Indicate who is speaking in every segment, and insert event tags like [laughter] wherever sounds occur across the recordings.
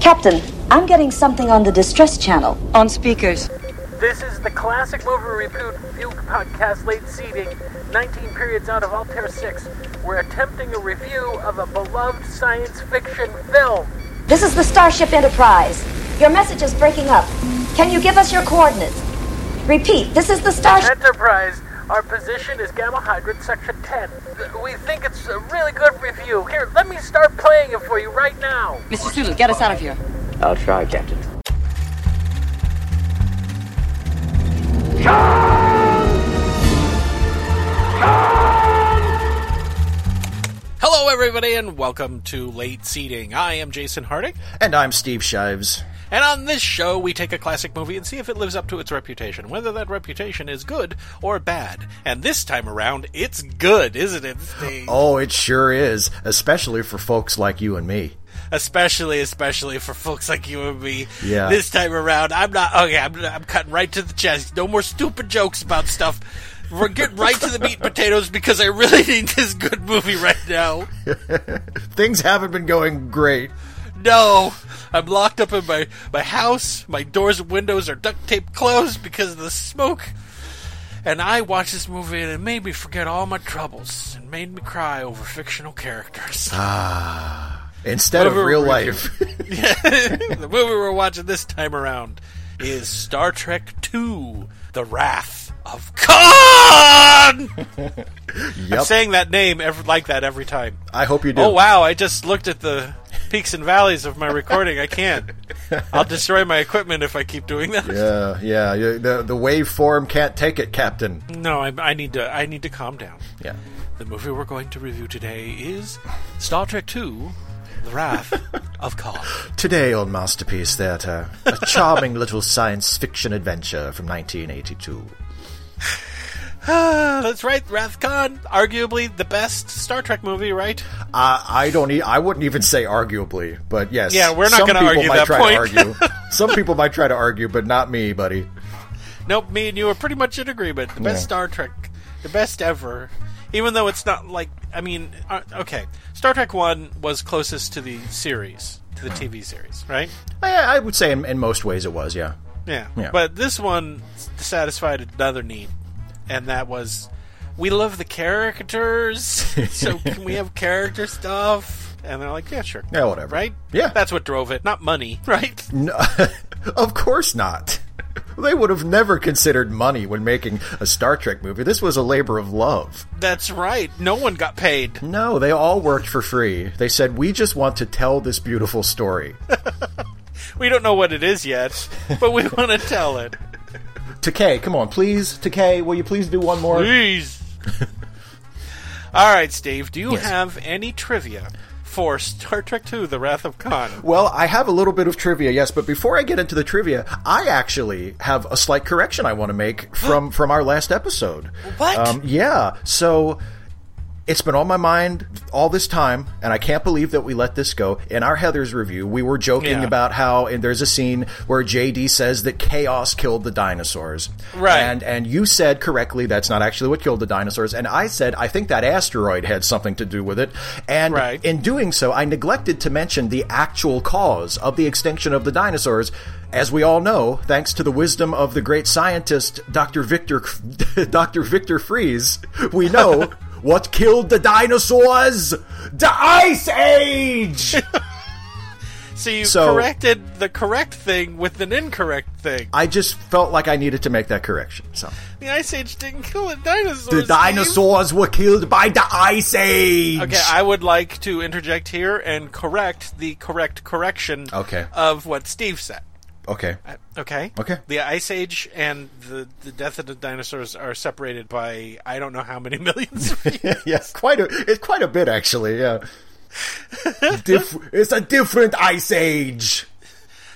Speaker 1: Captain, I'm getting something on the distress channel.
Speaker 2: On speakers.
Speaker 3: This is the classic movie review review podcast, late seating, 19 periods out of Altair 6. We're attempting a review of a beloved science fiction film.
Speaker 1: This is the Starship Enterprise. Your message is breaking up. Can you give us your coordinates? Repeat, this is the Starship.
Speaker 3: Enterprise, our position is Gamma Hydrant, Section 10. Th- We think it's a really good review. Here, let me start playing it for you right now.
Speaker 2: Mr. Sulu, get us out of here.
Speaker 4: I'll try, Captain.
Speaker 5: Hello, everybody, and welcome to Late Seating. I am Jason Harding,
Speaker 6: And I'm Steve Shives.
Speaker 5: and on this show, we take a classic movie and see if it lives up to its reputation, whether that reputation is good or bad. And this time around, it's good, isn't it, Steve?
Speaker 6: Oh, it sure is, especially for folks like you and me.
Speaker 5: Especially, especially for folks like you and me.
Speaker 6: Yeah.
Speaker 5: This time around, I'm not okay. I'm, I'm cutting right to the chest. No more stupid jokes about stuff. We're getting right to the meat and potatoes because I really [laughs] need this good movie right now.
Speaker 6: Things haven't been going great.
Speaker 5: No, I'm locked up in my, my house. My doors and windows are duct taped closed because of the smoke. And I watched this movie and it made me forget all my troubles and made me cry over fictional
Speaker 6: Ah.
Speaker 5: characters.
Speaker 6: Instead of
Speaker 5: Over
Speaker 6: real
Speaker 5: review. [laughs]
Speaker 6: life.
Speaker 5: the movie we're watching this time around is Star Trek II The Wrath of
Speaker 6: [laughs]
Speaker 5: Khan! I'm
Speaker 6: yep.
Speaker 5: saying that name ev like that every time.
Speaker 6: [laughs] I hope you do.
Speaker 5: Oh wow! I just looked at the peaks and valleys of my recording. I can't. I'll destroy my equipment if I keep doing that.
Speaker 6: Yeah, Uh, yeah. you- The, the waveform can't take it, Captain.
Speaker 5: No, I, I need to. I need to calm down.
Speaker 6: Yeah.
Speaker 5: The movie we're going to review today is Star Trek II: The
Speaker 6: [laughs]
Speaker 5: Wrath of Khan.
Speaker 6: Today on Masterpiece Theatre,
Speaker 5: [laughs]
Speaker 6: a charming little science fiction adventure from 1982.
Speaker 5: Ah, That's right, Wrath of Khan, arguably the best Star Trek movie, right?
Speaker 6: I, I don't. E- I wouldn't even say arguably, but yes.
Speaker 5: Yeah, we're not
Speaker 6: some
Speaker 5: gonna
Speaker 6: people
Speaker 5: argue
Speaker 6: might
Speaker 5: that
Speaker 6: try
Speaker 5: point.
Speaker 6: To
Speaker 5: [laughs]
Speaker 6: argue. some people might try to argue, but not me, buddy.
Speaker 5: Nope, me and you are pretty much in agreement. The best
Speaker 6: Yeah.
Speaker 5: Star Trek, the best ever. Even though it's not like, I mean, uh, okay, Star Trek One was closest to the series, to the TV series, right?
Speaker 6: I, I would say in, in most ways it was. Yeah.
Speaker 5: Yeah.
Speaker 6: Yeah.
Speaker 5: But this one s- satisfied another need, and that was we love the
Speaker 6: [laughs]
Speaker 5: characters, so can we have character stuff? And they're like, yeah, sure.
Speaker 6: Yeah, whatever.
Speaker 5: Right?
Speaker 6: Yeah.
Speaker 5: That's what drove it, not money, [laughs] right?
Speaker 6: No, of course not. [laughs] They would have never considered money when making a Star Trek movie. This was a labor of love.
Speaker 5: That's right. No one got paid.
Speaker 6: No, they all worked for free. They said, We just want to tell this beautiful story. [laughs]
Speaker 5: We don't know what it is yet, but we want to tell
Speaker 6: [laughs]
Speaker 5: it.
Speaker 6: Takei, come on, please. Takei, will you please do one more?
Speaker 5: Please. All right, Steve, do you
Speaker 6: Yes.
Speaker 5: have any trivia for Star Trek II The Wrath of Khan?
Speaker 6: Well, I have a little bit of trivia, yes, but before I get into the trivia, I actually have a slight correction I want to make
Speaker 5: [gasps]
Speaker 6: from, from our last episode.
Speaker 5: What?
Speaker 6: Um, yeah, so it's been on my mind all this time, and I can't believe that we let this go. In our Heather's review, we were joking
Speaker 5: Yeah.
Speaker 6: about how, and there's a scene where JD says that chaos killed the dinosaurs.
Speaker 5: Right.
Speaker 6: And and you said correctly that's not actually what killed the dinosaurs. And I said I think that asteroid had something to do with it. And
Speaker 5: Right.
Speaker 6: in doing so, I neglected to mention the actual cause of the extinction of the dinosaurs. As we all know, thanks to the wisdom of the great scientist Dr. Victor [laughs] Dr. Victor Fries, we know
Speaker 5: [laughs]
Speaker 6: what killed the dinosaurs: the
Speaker 5: [laughs]
Speaker 6: ice age.
Speaker 5: So you
Speaker 6: So-
Speaker 5: corrected the correct thing with an incorrect thing.
Speaker 6: I just felt like I needed to make that correction. So,
Speaker 5: The Ice Age didn't kill the dinosaurs.
Speaker 6: the
Speaker 5: Steve.
Speaker 6: dinosaurs were killed by the ice age.
Speaker 5: Okay, I would like to interject here and correct the correct correction
Speaker 6: Okay.
Speaker 5: of what Steve said.
Speaker 6: okay.
Speaker 5: Uh, Okay.
Speaker 6: Okay.
Speaker 5: The Ice Age and the, the death of the dinosaurs are separated by I don't know how many [laughs] millions of years.
Speaker 6: [laughs] yes, quite a it's quite a
Speaker 5: [laughs]
Speaker 6: bit actually. Yeah, Dif- it's a different ice age.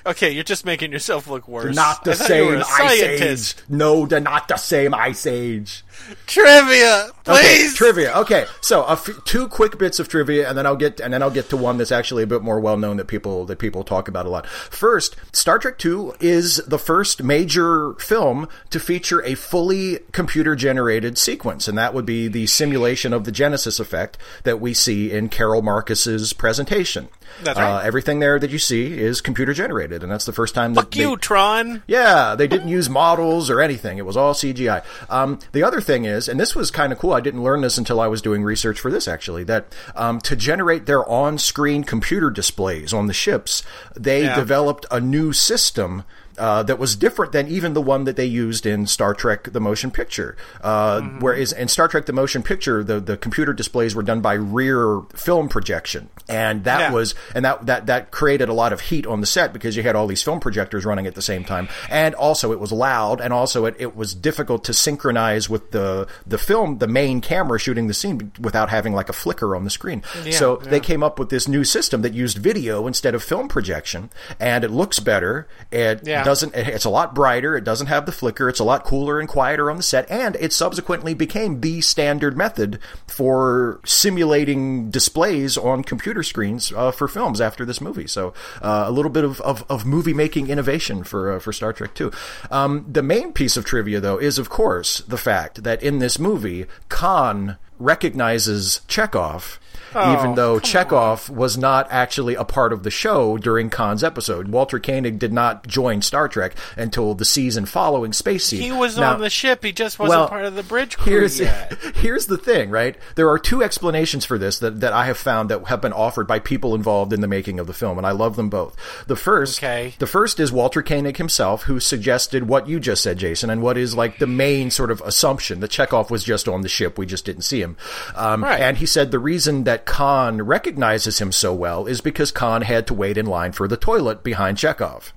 Speaker 5: Okay, you're just making yourself look worse.
Speaker 6: Not the
Speaker 5: I thought you were
Speaker 6: same
Speaker 5: a
Speaker 6: Ice Age.
Speaker 5: scientist.
Speaker 6: No, they're not the same Ice Age.
Speaker 5: Trivia,
Speaker 6: Okay,
Speaker 5: please.
Speaker 6: trivia. Okay, so a f- two quick bits of trivia, and then I'll get and then I'll get to one that's actually a bit more well known that people that people talk about a lot. First, Star Trek II is the first major film to feature a fully computer generated sequence, and that would be the simulation of the Genesis effect that we see in Carol Marcus's presentation.
Speaker 5: That's right.
Speaker 6: Uh, everything there that you see is computer generated, and that's the first time
Speaker 5: Fuck
Speaker 6: that they-
Speaker 5: you, Tron.
Speaker 6: yeah, they didn't use models or anything. It was all CGI. Um, the other thing is, and this was kind of cool. I didn't learn this until I was doing research for this. Actually, that um, to generate their on-screen computer displays on the ships, they
Speaker 5: Yeah.
Speaker 6: developed a new system. Uh, that was different than even the one that they used in Star Trek: The Motion Picture. Uh,
Speaker 5: Mm-hmm.
Speaker 6: Whereas in Star Trek: The Motion Picture, the, the computer displays were done by rear film projection, and that
Speaker 5: Yeah.
Speaker 6: was and that, that that created a lot of heat on the set because you had all these film projectors running at the same time and also it was loud and also it, it was difficult to synchronize with the the film the main camera shooting the scene without having like a flicker on the screen so they came up with this new system that used video instead of film projection and it looks better it
Speaker 5: Yeah.
Speaker 6: doesn't it- it's a lot brighter it doesn't have the flicker it's a lot cooler and quieter on the set and it subsequently became the standard method for simulating displays on computer screens uh, for films after this movie so uh, a little bit of, of, of movie making innovation for uh, for Star Trek 2 um, the main piece of trivia though is of course the fact that in this movie Khan recognizes Chekhov even
Speaker 5: Oh,
Speaker 6: though Chekhov was not actually a part of the show during Khan's episode. Walter Koenig did not join Star Trek until the season following Space Seed.
Speaker 5: He was
Speaker 6: Now-
Speaker 5: on the ship. He just wasn't
Speaker 6: well,
Speaker 5: part of the bridge crew
Speaker 6: Here's,
Speaker 5: yet.
Speaker 6: [laughs] here's the thing, right? There are two explanations for this that, that I have found that have been offered by people involved in the making of the film, and I love them both. The first,
Speaker 5: Okay.
Speaker 6: the first is Walter Koenig himself, who suggested what you just said, Jason, and what is like the main sort of assumption that Chekhov was just on the ship, we just didn't see him. Um,
Speaker 5: Right.
Speaker 6: And he said the reason that Khan recognizes him so well is because Khan had to wait in line for the toilet
Speaker 5: [laughs]
Speaker 6: behind Chekhov.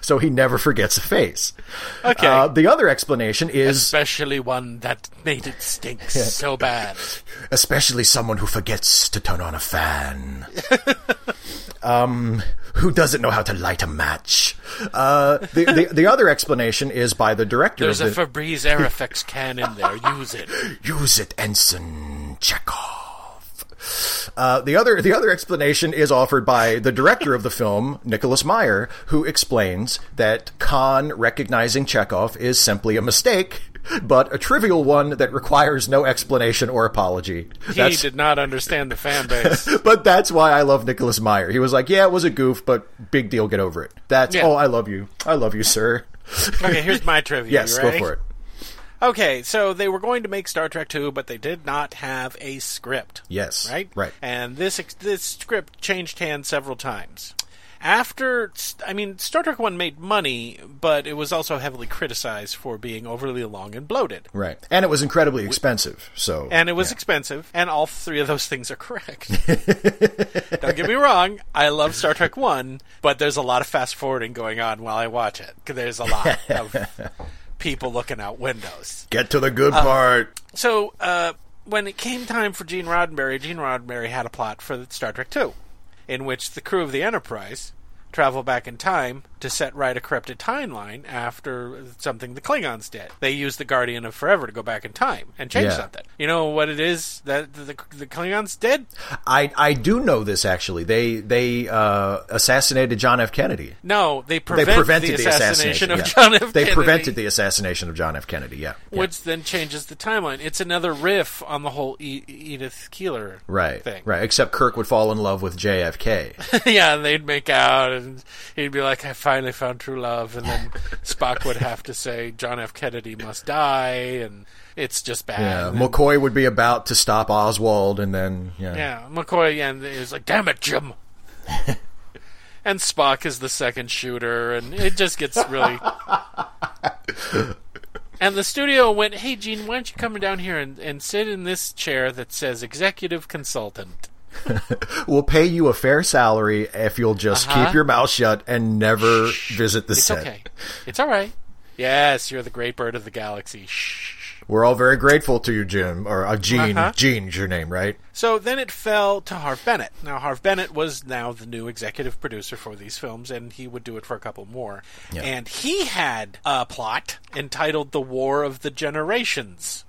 Speaker 6: so he never forgets a face.
Speaker 5: Okay.
Speaker 6: Uh, the other explanation is
Speaker 5: Especially one that made it stink so bad.
Speaker 6: especially someone who forgets to turn on a fan. [laughs] um, who doesn't know how to light a match? Uh, the, the the other explanation is by the director.
Speaker 5: There's a
Speaker 6: of the,
Speaker 5: Febreze Aerofix can in there. Use
Speaker 6: [laughs]
Speaker 5: it.
Speaker 6: Use it, Ensign Chekhov. Uh, the other the other explanation is offered by the director of the film, Nicholas Meyer, who explains that Khan recognizing Chekhov is simply a mistake, but a trivial one that requires no explanation or apology.
Speaker 5: He did not understand the fan
Speaker 6: [laughs]
Speaker 5: base.
Speaker 6: but that's why I love Nicholas Meyer. He was like, "Yeah, it was a goof, but big deal. Get over it." That's
Speaker 5: Yeah.
Speaker 6: oh, I love you. I love you, sir.
Speaker 5: [laughs] Okay, here's my trivia.
Speaker 6: [laughs] Yes,
Speaker 5: You
Speaker 6: go
Speaker 5: ready?
Speaker 6: for it.
Speaker 5: Okay, so they were going to make Star Trek 2, but they did not have a script.
Speaker 6: Yes,
Speaker 5: Right?
Speaker 6: right.
Speaker 5: And this this script changed hands several times. After I mean Star Trek 1 made money, but it was also heavily criticized for being overly long and bloated.
Speaker 6: Right, and it was incredibly expensive. So
Speaker 5: And it was expensive, and all three of those [laughs] things are
Speaker 6: [laughs]
Speaker 5: correct. Don't get me wrong, I love Star Trek 1, but there's a lot of fast forwarding going on while I watch it. 'cause There's a
Speaker 6: [laughs]
Speaker 5: lot of people looking out windows.
Speaker 6: get to the good
Speaker 5: Uh,
Speaker 6: part.
Speaker 5: So uh, when it came time for Gene Roddenberry, Gene Roddenberry had a plot for Star Trek Two, in which the crew of the Enterprise travel back in time to set right a corrupted timeline after something the Klingons did. They use the Guardian of Forever to go back in time and change
Speaker 6: Yeah.
Speaker 5: something. You know what it is that the, the Klingons did?
Speaker 6: I I do know this actually. They they uh, assassinated John F. Kennedy.
Speaker 5: No, they,
Speaker 6: They
Speaker 5: prevent
Speaker 6: prevented
Speaker 5: the assassination, of
Speaker 6: yeah.
Speaker 5: John F.
Speaker 6: They
Speaker 5: Kennedy,
Speaker 6: prevented the assassination of John F. Kennedy. Yeah, yeah.
Speaker 5: Which then changes the timeline. It's another riff on the whole e- Edith Keeler
Speaker 6: right,
Speaker 5: thing.
Speaker 6: right. Except Kirk would fall in love
Speaker 5: [laughs]
Speaker 6: with JFK.
Speaker 5: yeah, and they'd make out, and he'd be like, "I finally found true love," and
Speaker 6: [laughs]
Speaker 5: then Spock would have to say, "John F. Kennedy must die," and it's just bad.
Speaker 6: Yeah,
Speaker 5: And then-
Speaker 6: Uh, McCoy would be about to stop Oswald, and then
Speaker 5: yeah, McCoy, and it was like, "Damn it,
Speaker 6: [laughs]
Speaker 5: Jim." and Spock is the second shooter, and it just gets
Speaker 6: [laughs]
Speaker 5: really. and the studio went, "Hey, Gene, why don't you come down here and, and sit in this chair that says executive consultant?"
Speaker 6: We'll pay you a fair salary if you'll just
Speaker 5: Uh-huh.
Speaker 6: keep your mouth shut and never visit the
Speaker 5: It's
Speaker 6: set.
Speaker 5: okay. It's all right. Yes, you're the great bird of the galaxy. Shh.
Speaker 6: We're all very grateful to you, Jim. Or uh, Gene.
Speaker 5: Uh-huh.
Speaker 6: Gene's your name, right?
Speaker 5: So then it fell to Harv Bennett. Now Harv Bennett was now the new executive producer for these films, and he would do it for a couple more. And he had a plot entitled "The War of the Generations."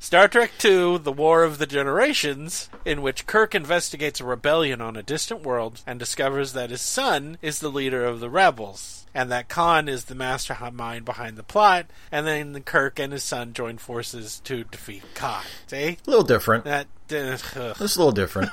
Speaker 5: Star Trek II: The War of the Generations, in which Kirk investigates a rebellion on a distant world and discovers that his son is the leader of the rebels, and that Khan is the mastermind behind the plot. And then Kirk and his son join forces to defeat Khan. See
Speaker 6: A little different.
Speaker 5: that? Uh, ugh.
Speaker 6: It's a
Speaker 5: [laughs]
Speaker 6: little different.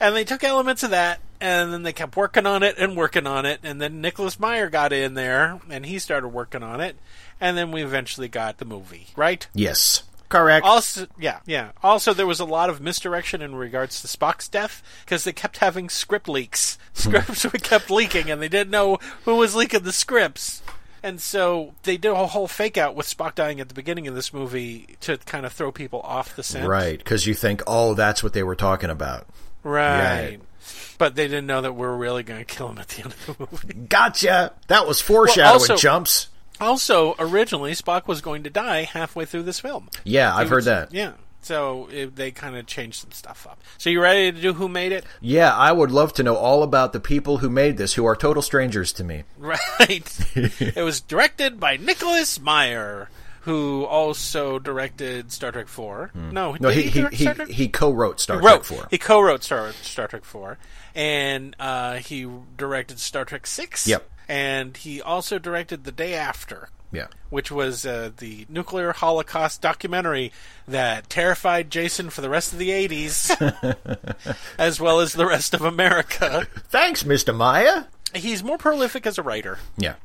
Speaker 5: And they took elements of that, and then they kept working on it and working on it, and then Nicholas Meyer got in there, and he started working on it, and then we eventually got the movie, right?
Speaker 6: yes. Correct.
Speaker 5: Also, yeah, yeah. Also, there was a lot of misdirection in regards to Spock's death because they kept having script leaks. [laughs] Scripts were kept leaking, and they didn't know who was leaking the scripts. And so they did a whole fake out with Spock dying at the beginning of this movie to kind of throw people off the scent.
Speaker 6: Right, because you think, oh, that's what they were talking about.
Speaker 5: Right.
Speaker 6: Right.
Speaker 5: But they didn't know that we were really going to kill him at the end of the movie.
Speaker 6: Gotcha. That was foreshadowing
Speaker 5: also-
Speaker 6: jumps.
Speaker 5: Also, originally, Spock was going to die halfway through this film.
Speaker 6: Yeah, I've heard that.
Speaker 5: Yeah. So it, they kind of changed some stuff up. So you ready to do Who Made It? [laughs]
Speaker 6: Yeah, I would love to know all about the people who made this, who are total strangers to me.
Speaker 5: Right. it was directed by Nicholas Meyer, who also directed Star Trek 4. No,
Speaker 6: Hmm. No,
Speaker 5: did
Speaker 6: he he
Speaker 5: direct
Speaker 6: he,
Speaker 5: Star Trek?
Speaker 6: he co-wrote Star
Speaker 5: wrote.
Speaker 6: Trek Four.
Speaker 5: He co-wrote Star, Star Trek Four, and uh, he directed Star Trek Six.
Speaker 6: Yep.
Speaker 5: And he also directed The Day After.
Speaker 6: Yeah.
Speaker 5: Which was uh, the nuclear holocaust documentary that terrified Jason for the rest of the
Speaker 6: [laughs]
Speaker 5: 80s, as well as the rest of America.
Speaker 6: Thanks, Mister Maya.
Speaker 5: He's more prolific as a writer
Speaker 6: Yeah.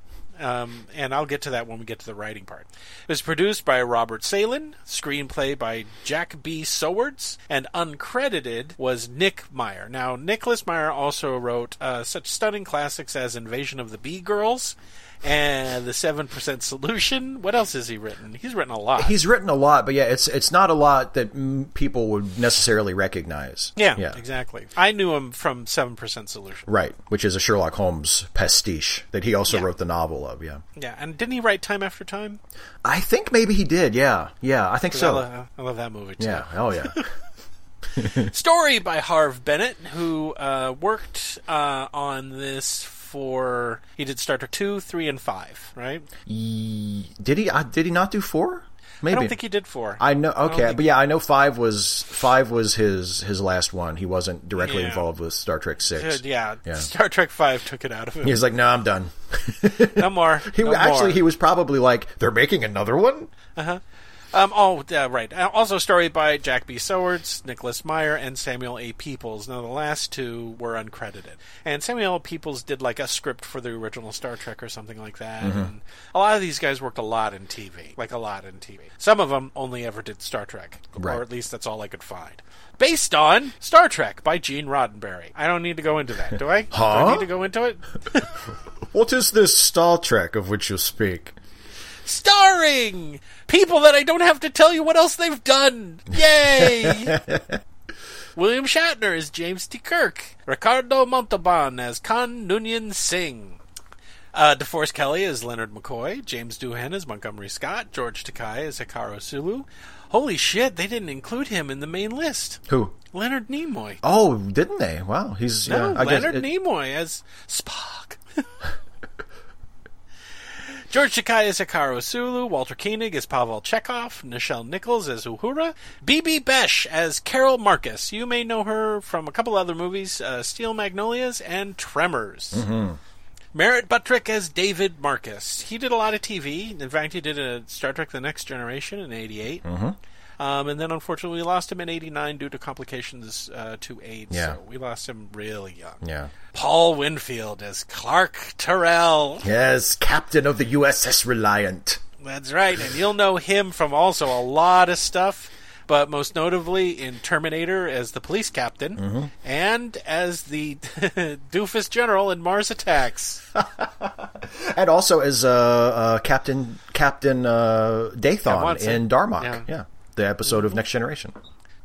Speaker 5: um, and I'll get to that when we get to the writing part. It was produced by Robert Salin, screenplay by Jack B. Sowards, and uncredited was Nick Meyer. Now, Nicholas Meyer also wrote uh, such stunning classics as Invasion of the Bee Girls and The 7% Solution. What else has he written? He's written a lot.
Speaker 6: He's written a lot, but yeah, it's it's not a lot that mm, people would necessarily recognize.
Speaker 5: yeah, exactly. I knew him from 7% Solution.
Speaker 6: Right, which is a Sherlock Holmes pastiche that he also wrote the novel of. Yeah,
Speaker 5: Yeah, and didn't he write Time After Time?
Speaker 6: I think maybe he did. Yeah, yeah, I think
Speaker 5: I,
Speaker 6: so.
Speaker 5: lo- I love that movie too.
Speaker 6: yeah,
Speaker 5: [laughs]
Speaker 6: oh yeah.
Speaker 5: story by Harv Bennett, who uh, worked uh, on this for he did Star Trek two, three, and five. Right?
Speaker 6: Ye- did he? Uh, did he not do four? Maybe
Speaker 5: I don't think he did four.
Speaker 6: I know.
Speaker 5: don't
Speaker 6: Okay,
Speaker 5: think-
Speaker 6: but yeah, I know five was five was his his last one. He wasn't directly
Speaker 5: Yeah.
Speaker 6: involved with Star Trek
Speaker 5: Uh,
Speaker 6: six.
Speaker 5: yeah,
Speaker 6: Yeah.
Speaker 5: [laughs] Star Trek five took it out of him.
Speaker 6: He was like, "No, I'm done." [laughs]
Speaker 5: No more.
Speaker 6: He
Speaker 5: no
Speaker 6: actually
Speaker 5: more.
Speaker 6: he was probably like, "They're making another one."
Speaker 5: Um, oh, uh, right. Uh, Also, a story by Jack B. Sowards, Nicholas Meyer, and Samuel A. Peoples. Now, the last two were uncredited. And Samuel Peoples did like a script for the original Star Trek or something like that.
Speaker 6: Mm-hmm.
Speaker 5: And a lot of these guys worked a lot in TV, like a lot in TV. Some of them only ever did Star Trek,
Speaker 6: Right.
Speaker 5: or at least that's all I could find. Based on Star Trek by Gene Roddenberry. I don't need to go into that, do I? Do
Speaker 6: Huh?
Speaker 5: I need to go into it?
Speaker 6: What is this Star Trek of which you speak?
Speaker 5: starring people that I don't have to tell you what else they've done. Yay! William Shatner as James T. Kirk. Ricardo Montalban as Khan Noonien Singh. Uh, DeForest Kelly as Leonard McCoy. James Doohan as Montgomery Scott. George Takai as Hikaru Sulu. Holy shit, they didn't include him in the main list.
Speaker 6: Who?
Speaker 5: Leonard Nimoy.
Speaker 6: Oh, didn't they? Wow, he's
Speaker 5: No,
Speaker 6: yeah, I guess
Speaker 5: Leonard
Speaker 6: it-
Speaker 5: Nimoy as Spock. [laughs] George Takei as Hikaru Sulu, Walter Koenig as Pavel Chekhov, Nichelle Nichols as Uhura, B.B. Besh as Carol Marcus. You may know her from a couple other movies, uh, Steel Magnolias and Tremors.
Speaker 6: Mm-hmm.
Speaker 5: Merritt Buttrick as David Marcus. He did a lot of TV. In fact, he did a Star Trek The Next Generation in 88.
Speaker 6: Mm-hmm.
Speaker 5: Um, and then unfortunately, we lost him in 89 due to complications uh, to AIDS.
Speaker 6: Yeah.
Speaker 5: So we lost him really young.
Speaker 6: Yeah.
Speaker 5: Paul Winfield as Clark Terrell.
Speaker 6: Yes, captain of the USS Reliant.
Speaker 5: That's right. And you'll know him from also a lot of stuff, but most notably in Terminator as the police captain
Speaker 6: Mm-hmm.
Speaker 5: and as the [laughs] doofus general in Mars Attacks.
Speaker 6: [laughs] And also as uh, uh, Captain Captain uh, Dathan
Speaker 5: Watson.
Speaker 6: in Darmok.
Speaker 5: Yeah.
Speaker 6: Yeah. the episode of Next Generation.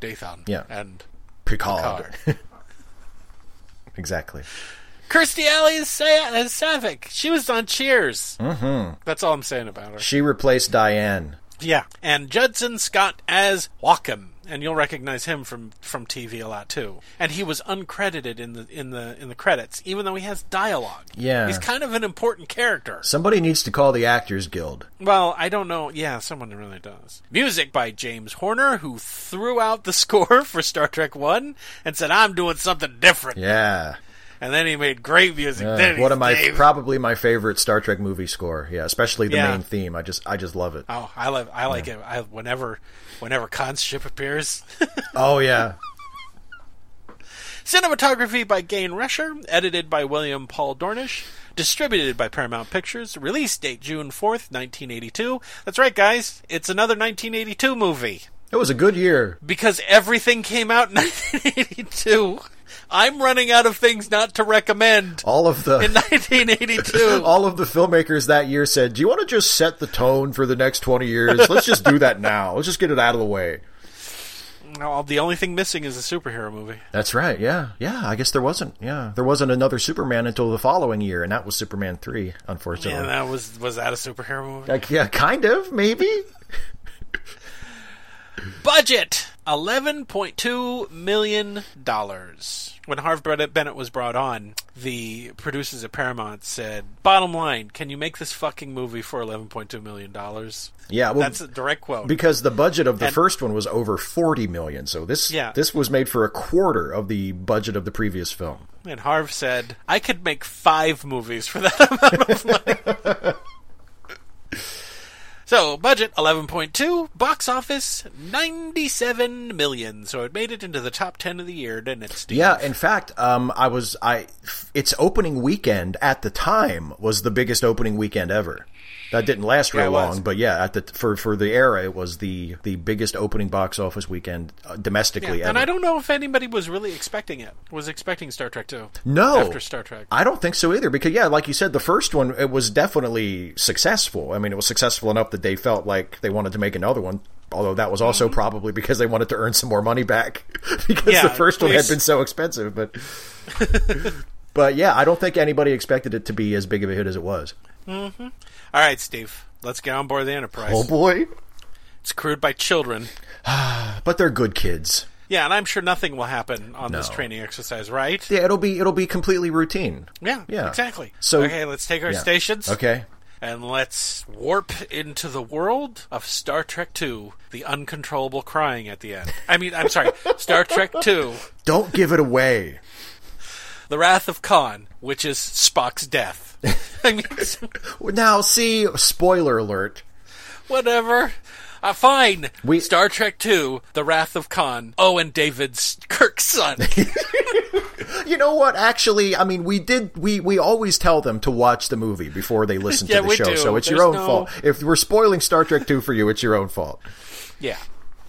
Speaker 5: Dathan.
Speaker 6: Yeah.
Speaker 5: And
Speaker 6: Picard. [laughs] exactly.
Speaker 5: Kirstie Alley as, Sa- as Savick. She was on Cheers. Mm-hmm. That's all I'm saying about her.
Speaker 6: She replaced Diane.
Speaker 5: Yeah, and Judson Scott as Wacom, and you'll recognize him from from TV a lot too. And he was uncredited in the in the in the credits, even though he has dialogue.
Speaker 6: Yeah.
Speaker 5: he's kind of an important character.
Speaker 6: Somebody needs to call the Actors Guild.
Speaker 5: Well, I don't know. Yeah, someone really does. Music by James Horner, who threw out the [laughs] score for Star Trek One and said, "I'm doing something different."
Speaker 6: Yeah.
Speaker 5: And then he made great music.
Speaker 6: Uh,
Speaker 5: Then he
Speaker 6: one of my
Speaker 5: saved-
Speaker 6: probably my favorite Star Trek movie score. Yeah, especially the
Speaker 5: Yeah.
Speaker 6: main theme. I just I just love it.
Speaker 5: Oh, I love. I like it. I, whenever, whenever Khan's ship appears, [laughs]
Speaker 6: Oh yeah.
Speaker 5: Cinematography by Gain Resher, edited by William Paul Dornish, distributed by Paramount Pictures, release date June 4th, 1982. That's right, guys, it's another 1982 movie
Speaker 6: It was a good year.
Speaker 5: because everything came out in [laughs] 1982. I'm running out of things not to recommend
Speaker 6: All
Speaker 5: [laughs]
Speaker 6: of
Speaker 5: in
Speaker 6: the [laughs]
Speaker 5: 1982.
Speaker 6: all of the filmmakers that year said, "Do you want to just set the tone for the next 20 years? Let's just do that now. Let's just get it out of the way."
Speaker 5: No, the only thing missing is a superhero movie.
Speaker 6: That's right. Yeah. Yeah, I guess there wasn't. Yeah. There wasn't another Superman until the following year, and that was Superman 3, unfortunately.
Speaker 5: And that was was that a superhero movie?
Speaker 6: Like, yeah, kind of, maybe.
Speaker 5: Budget eleven point two million dollars. When Harv Bennett Bennett was brought on, the producers at Paramount said, "Bottom line, can you make this fucking movie for eleven point two million dollars?"
Speaker 6: Yeah, well,
Speaker 5: That's a direct quote.
Speaker 6: because the budget of the
Speaker 5: And-
Speaker 6: first one was over 40 million. So this
Speaker 5: Yeah.
Speaker 6: this was made for a quarter of the budget of the previous film.
Speaker 5: and Harv said, "I could make five movies for that amount of money." [laughs] So, budget 11.2, box office 97 million. So it made it into the top 10 of the year, didn't it, Steve?
Speaker 6: Yeah, in fact, um, I was I its opening weekend at the time was the biggest opening weekend ever. That didn't last
Speaker 5: Yeah,
Speaker 6: real
Speaker 5: it was.
Speaker 6: long, but yeah, at the for for the era, it was the the biggest opening box office weekend uh, domestically ever.
Speaker 5: And I don't know if anybody was really expecting it. Was expecting Star Trek 2.
Speaker 6: no
Speaker 5: After Star Trek.
Speaker 6: I don't think so either because yeah, like you said, the first one it was definitely successful. I mean, it was successful enough that they felt like they wanted to make another one. Although that was also probably because they wanted to earn some more money back [laughs] because
Speaker 5: Mm-hmm. Yeah,
Speaker 6: the first one had
Speaker 5: please.
Speaker 6: been so
Speaker 5: [laughs]
Speaker 6: expensive, but. But yeah, I don't think anybody expected it to be as big of a hit as it was.
Speaker 5: All right, Steve. Let's get on board the Enterprise.
Speaker 6: Oh, boy!
Speaker 5: It's crewed by children.
Speaker 6: But they're good kids.
Speaker 5: Yeah, and I'm sure nothing will happen on this
Speaker 6: No.
Speaker 5: training exercise, right?
Speaker 6: Yeah, it'll be it'll be completely routine.
Speaker 5: Yeah,
Speaker 6: Yeah.
Speaker 5: exactly.
Speaker 6: So-
Speaker 5: okay, let's take our
Speaker 6: Yeah.
Speaker 5: stations
Speaker 6: Okay.
Speaker 5: and let's warp into the world of Star Trek Two: The Uncontrollable Crying at the End. I mean, I'm
Speaker 6: [laughs]
Speaker 5: sorry, Star Trek Two:
Speaker 6: Don't give it away.
Speaker 5: The Wrath of Khan, which is Spock's death.
Speaker 6: [laughs]
Speaker 5: I mean,
Speaker 6: Now, see, spoiler alert.
Speaker 5: whatever. Uh, fine.
Speaker 6: We-
Speaker 5: Star Trek Two: The Wrath of Khan. Oh, and David's [laughs] Kirk's
Speaker 6: [laughs]
Speaker 5: son.
Speaker 6: You know what? Actually, I mean, we did. We we always tell them to watch the movie before they listen
Speaker 5: Yeah,
Speaker 6: to the
Speaker 5: we
Speaker 6: show.
Speaker 5: do.
Speaker 6: So it's your
Speaker 5: There's
Speaker 6: own
Speaker 5: no-
Speaker 6: fault. If we're spoiling Star Trek Two for you, it's your own fault.
Speaker 5: yeah.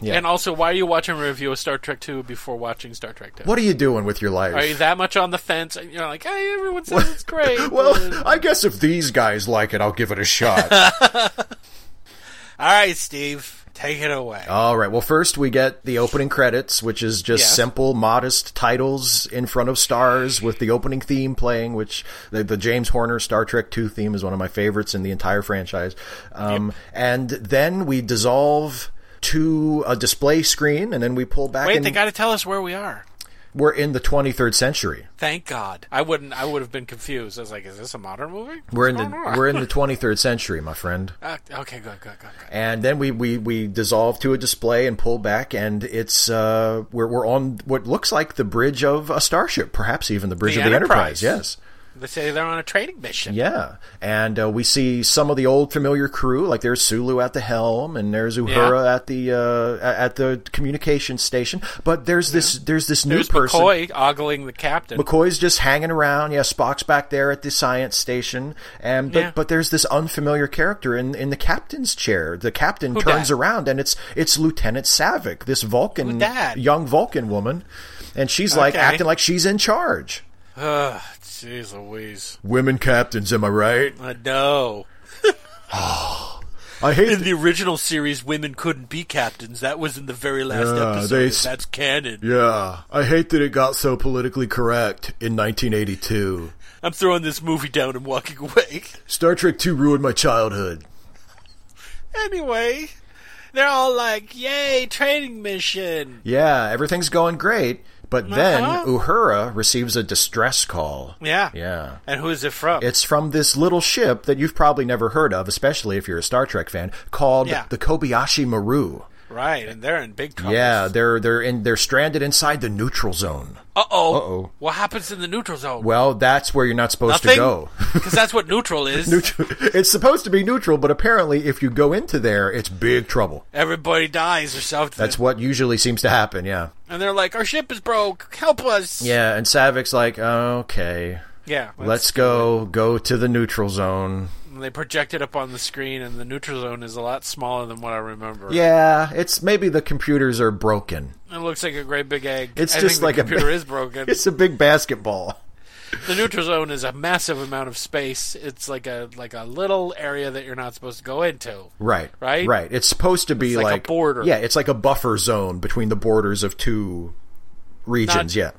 Speaker 6: Yeah.
Speaker 5: And also, why are you watching a review of Star Trek Two before watching Star Trek Two?
Speaker 6: What are you doing with your life?
Speaker 5: Are you that much on the fence? You're like, hey, everyone says it's great.
Speaker 6: [laughs] well, I guess if these guys like it, I'll give it
Speaker 5: [laughs]
Speaker 6: a shot.
Speaker 5: all right, Steve, take it away.
Speaker 6: All right. Well, first we get the opening credits, which is just
Speaker 5: Yes.
Speaker 6: simple, modest titles in front of stars with the opening theme playing, which the, the James Horner Star Trek Two theme is one of my favorites in the entire franchise. Um, And then we dissolve to a display screen, and then we pull back.
Speaker 5: Wait,
Speaker 6: and
Speaker 5: they got to tell us where we are.
Speaker 6: we're in the 23rd century.
Speaker 5: Thank God. I wouldn't. I would have been confused. I was like, is this a modern movie?
Speaker 6: We're in
Speaker 5: What's
Speaker 6: the
Speaker 5: going on?
Speaker 6: we're in the 23rd century, my friend.
Speaker 5: Uh, okay, good, good, good, good.
Speaker 6: and then we, we, we dissolve to a display and pull back, and it's uh, we're we're on what looks like the bridge of a starship, perhaps even the bridge
Speaker 5: The
Speaker 6: of the Enterprise.
Speaker 5: Enterprise.
Speaker 6: Yes,
Speaker 5: They say they're on a training mission.
Speaker 6: yeah, and uh, we see some of the old familiar crew, like there's Sulu at the helm, and there's Uhura at the uh, at the communication station. But there's this there's this new
Speaker 5: There's
Speaker 6: person.
Speaker 5: McCoy ogling the captain.
Speaker 6: McCoy's just hanging around. Yeah, Spock's back there at the science station, and but
Speaker 5: Yeah.
Speaker 6: but there's this unfamiliar character in in the captain's chair. The captain
Speaker 5: Who
Speaker 6: turns
Speaker 5: dat?
Speaker 6: around, and it's it's Lieutenant Savick, this Vulcan
Speaker 5: Who dat?
Speaker 6: young Vulcan woman, and she's like
Speaker 5: Okay.
Speaker 6: acting like she's in charge.
Speaker 5: Ugh, Jeez Louise.
Speaker 6: Women captains, am I right?
Speaker 5: Uh, no.
Speaker 6: I hate.
Speaker 5: In the original series, women couldn't be captains. That was in the very last
Speaker 6: Yeah,
Speaker 5: episode.
Speaker 6: they
Speaker 5: and
Speaker 6: s-
Speaker 5: That's canon.
Speaker 6: yeah, I hate that it got so politically correct in 1982.
Speaker 5: I'm throwing this movie down and walking away. [laughs]
Speaker 6: Star Trek 2 ruined my childhood.
Speaker 5: anyway, They're all like, "Yay, training mission!"
Speaker 6: Yeah, everything's going great. But then
Speaker 5: Uh-huh.
Speaker 6: Uhura receives a distress call.
Speaker 5: Yeah,
Speaker 6: Yeah.
Speaker 5: And who's it from?
Speaker 6: It's from this little ship that you've probably never heard of, especially if you're a Star Trek fan, called
Speaker 5: Yeah.
Speaker 6: the Kobayashi Maru.
Speaker 5: right, and they're in big trouble.
Speaker 6: Yeah, they're they're in they're stranded inside the neutral zone.
Speaker 5: Uh oh.
Speaker 6: Uh-oh.
Speaker 5: What happens in the neutral zone?
Speaker 6: Well, that's where you're not supposed to
Speaker 5: Nothing.
Speaker 6: go. [laughs]
Speaker 5: Because that's what neutral is.
Speaker 6: Neutral. It's supposed to be neutral, but apparently, if you go into there, it's big trouble.
Speaker 5: Everybody dies or something.
Speaker 6: That's what usually seems to happen. Yeah,
Speaker 5: and they're like, "Our ship is broke. Help us."
Speaker 6: yeah. And Savik's like, okay,
Speaker 5: Yeah.
Speaker 6: let's, go go to the neutral zone.
Speaker 5: They project it up on the screen, and the neutral zone is a lot smaller than what I remember.
Speaker 6: Yeah, it's maybe the computers are broken.
Speaker 5: It looks like a great big egg.
Speaker 6: It's
Speaker 5: I
Speaker 6: just
Speaker 5: think
Speaker 6: like
Speaker 5: the
Speaker 6: a
Speaker 5: computer
Speaker 6: big-
Speaker 5: is broken.
Speaker 6: [laughs] It's a big basketball.
Speaker 5: The neutral zone is a massive amount of space. It's like a like a little area that you're not supposed to go into.
Speaker 6: Right.
Speaker 5: Right?
Speaker 6: Right. It's supposed to be
Speaker 5: It's like a border.
Speaker 6: Yeah, it's like a buffer zone between the borders of two
Speaker 5: Not-
Speaker 6: regions. yeah.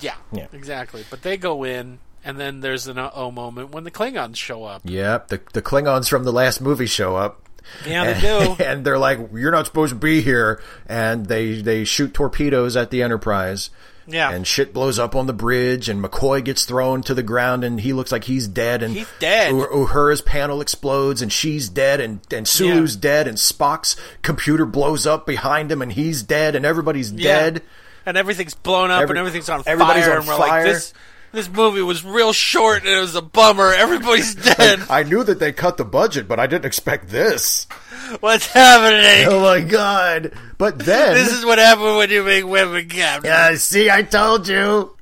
Speaker 5: Yeah,
Speaker 6: Yeah.
Speaker 5: exactly. But they go in, and then there's an uh oh moment when the Klingons show up.
Speaker 6: Yep. The the Klingons from the last movie show up.
Speaker 5: Yeah,
Speaker 6: [laughs]
Speaker 5: they do.
Speaker 6: and they're like, "You're not supposed to be here," and they they shoot torpedoes at the Enterprise.
Speaker 5: Yeah.
Speaker 6: and shit blows up on the bridge, and McCoy gets thrown to the ground, and he looks like he's dead, and
Speaker 5: He's dead.
Speaker 6: U- Uhura's panel explodes, and she's dead, and and Sulu's
Speaker 5: Yeah.
Speaker 6: dead, and Spock's computer blows up behind him, and he's dead, and everybody's dead.
Speaker 5: and everything's blown up,
Speaker 6: Every-
Speaker 5: and everything's on
Speaker 6: everybody's
Speaker 5: fire,
Speaker 6: on
Speaker 5: and we're like
Speaker 6: fire.
Speaker 5: this. This movie was real short, and it was a bummer.
Speaker 6: [laughs]
Speaker 5: Everybody's dead.
Speaker 6: I knew that they cut the budget, but I didn't
Speaker 5: [laughs]
Speaker 6: expect this.
Speaker 5: What's happening?
Speaker 6: Oh my god! But then
Speaker 5: This is what happened when you make women captain.
Speaker 6: Yeah, see, I told you.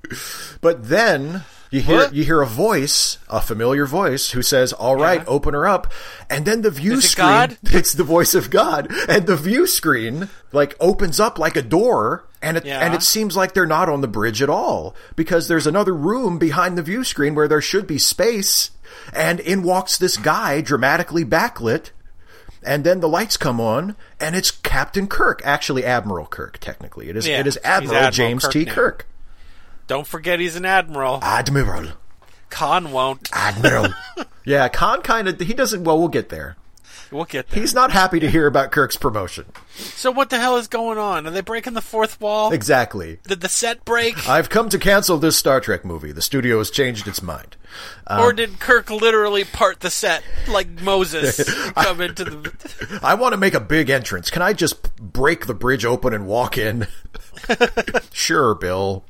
Speaker 6: But then you hear
Speaker 5: What?
Speaker 6: you hear a voice, a familiar voice, who says, "All right, open her up." And then the view
Speaker 5: Is it
Speaker 6: screen,
Speaker 5: God?
Speaker 6: [laughs] it's the voice of God, and the view screen like opens up like a door, and it
Speaker 5: Yeah.
Speaker 6: and it seems like they're not on the bridge at all because there's another room behind the view screen where there should be space, and in walks this guy, dramatically backlit. And then the lights come on, and it's Captain Kirk, actually Admiral Kirk. Technically, it is
Speaker 5: Yeah,
Speaker 6: it is
Speaker 5: he's
Speaker 6: Admiral,
Speaker 5: Admiral
Speaker 6: James T.
Speaker 5: Kirk now.
Speaker 6: Kirk.
Speaker 5: Don't forget he's an admiral.
Speaker 6: Admiral.
Speaker 5: Khan won't.
Speaker 6: Admiral. [laughs] yeah, Khan kind of, he doesn't, well, we'll get there.
Speaker 5: We'll get there.
Speaker 6: He's not happy to hear about Kirk's promotion.
Speaker 5: So what the hell is going on? Are they breaking the fourth wall?
Speaker 6: Exactly.
Speaker 5: Did the set break?
Speaker 6: I've come to cancel this Star Trek movie. The studio has changed its mind. uh.
Speaker 5: or did Kirk literally part the set like
Speaker 6: [laughs]
Speaker 5: Moses and come into the
Speaker 6: I want to make a big entrance. Can I just p- break the bridge open and
Speaker 5: [laughs]
Speaker 6: walk in? sure, Bill.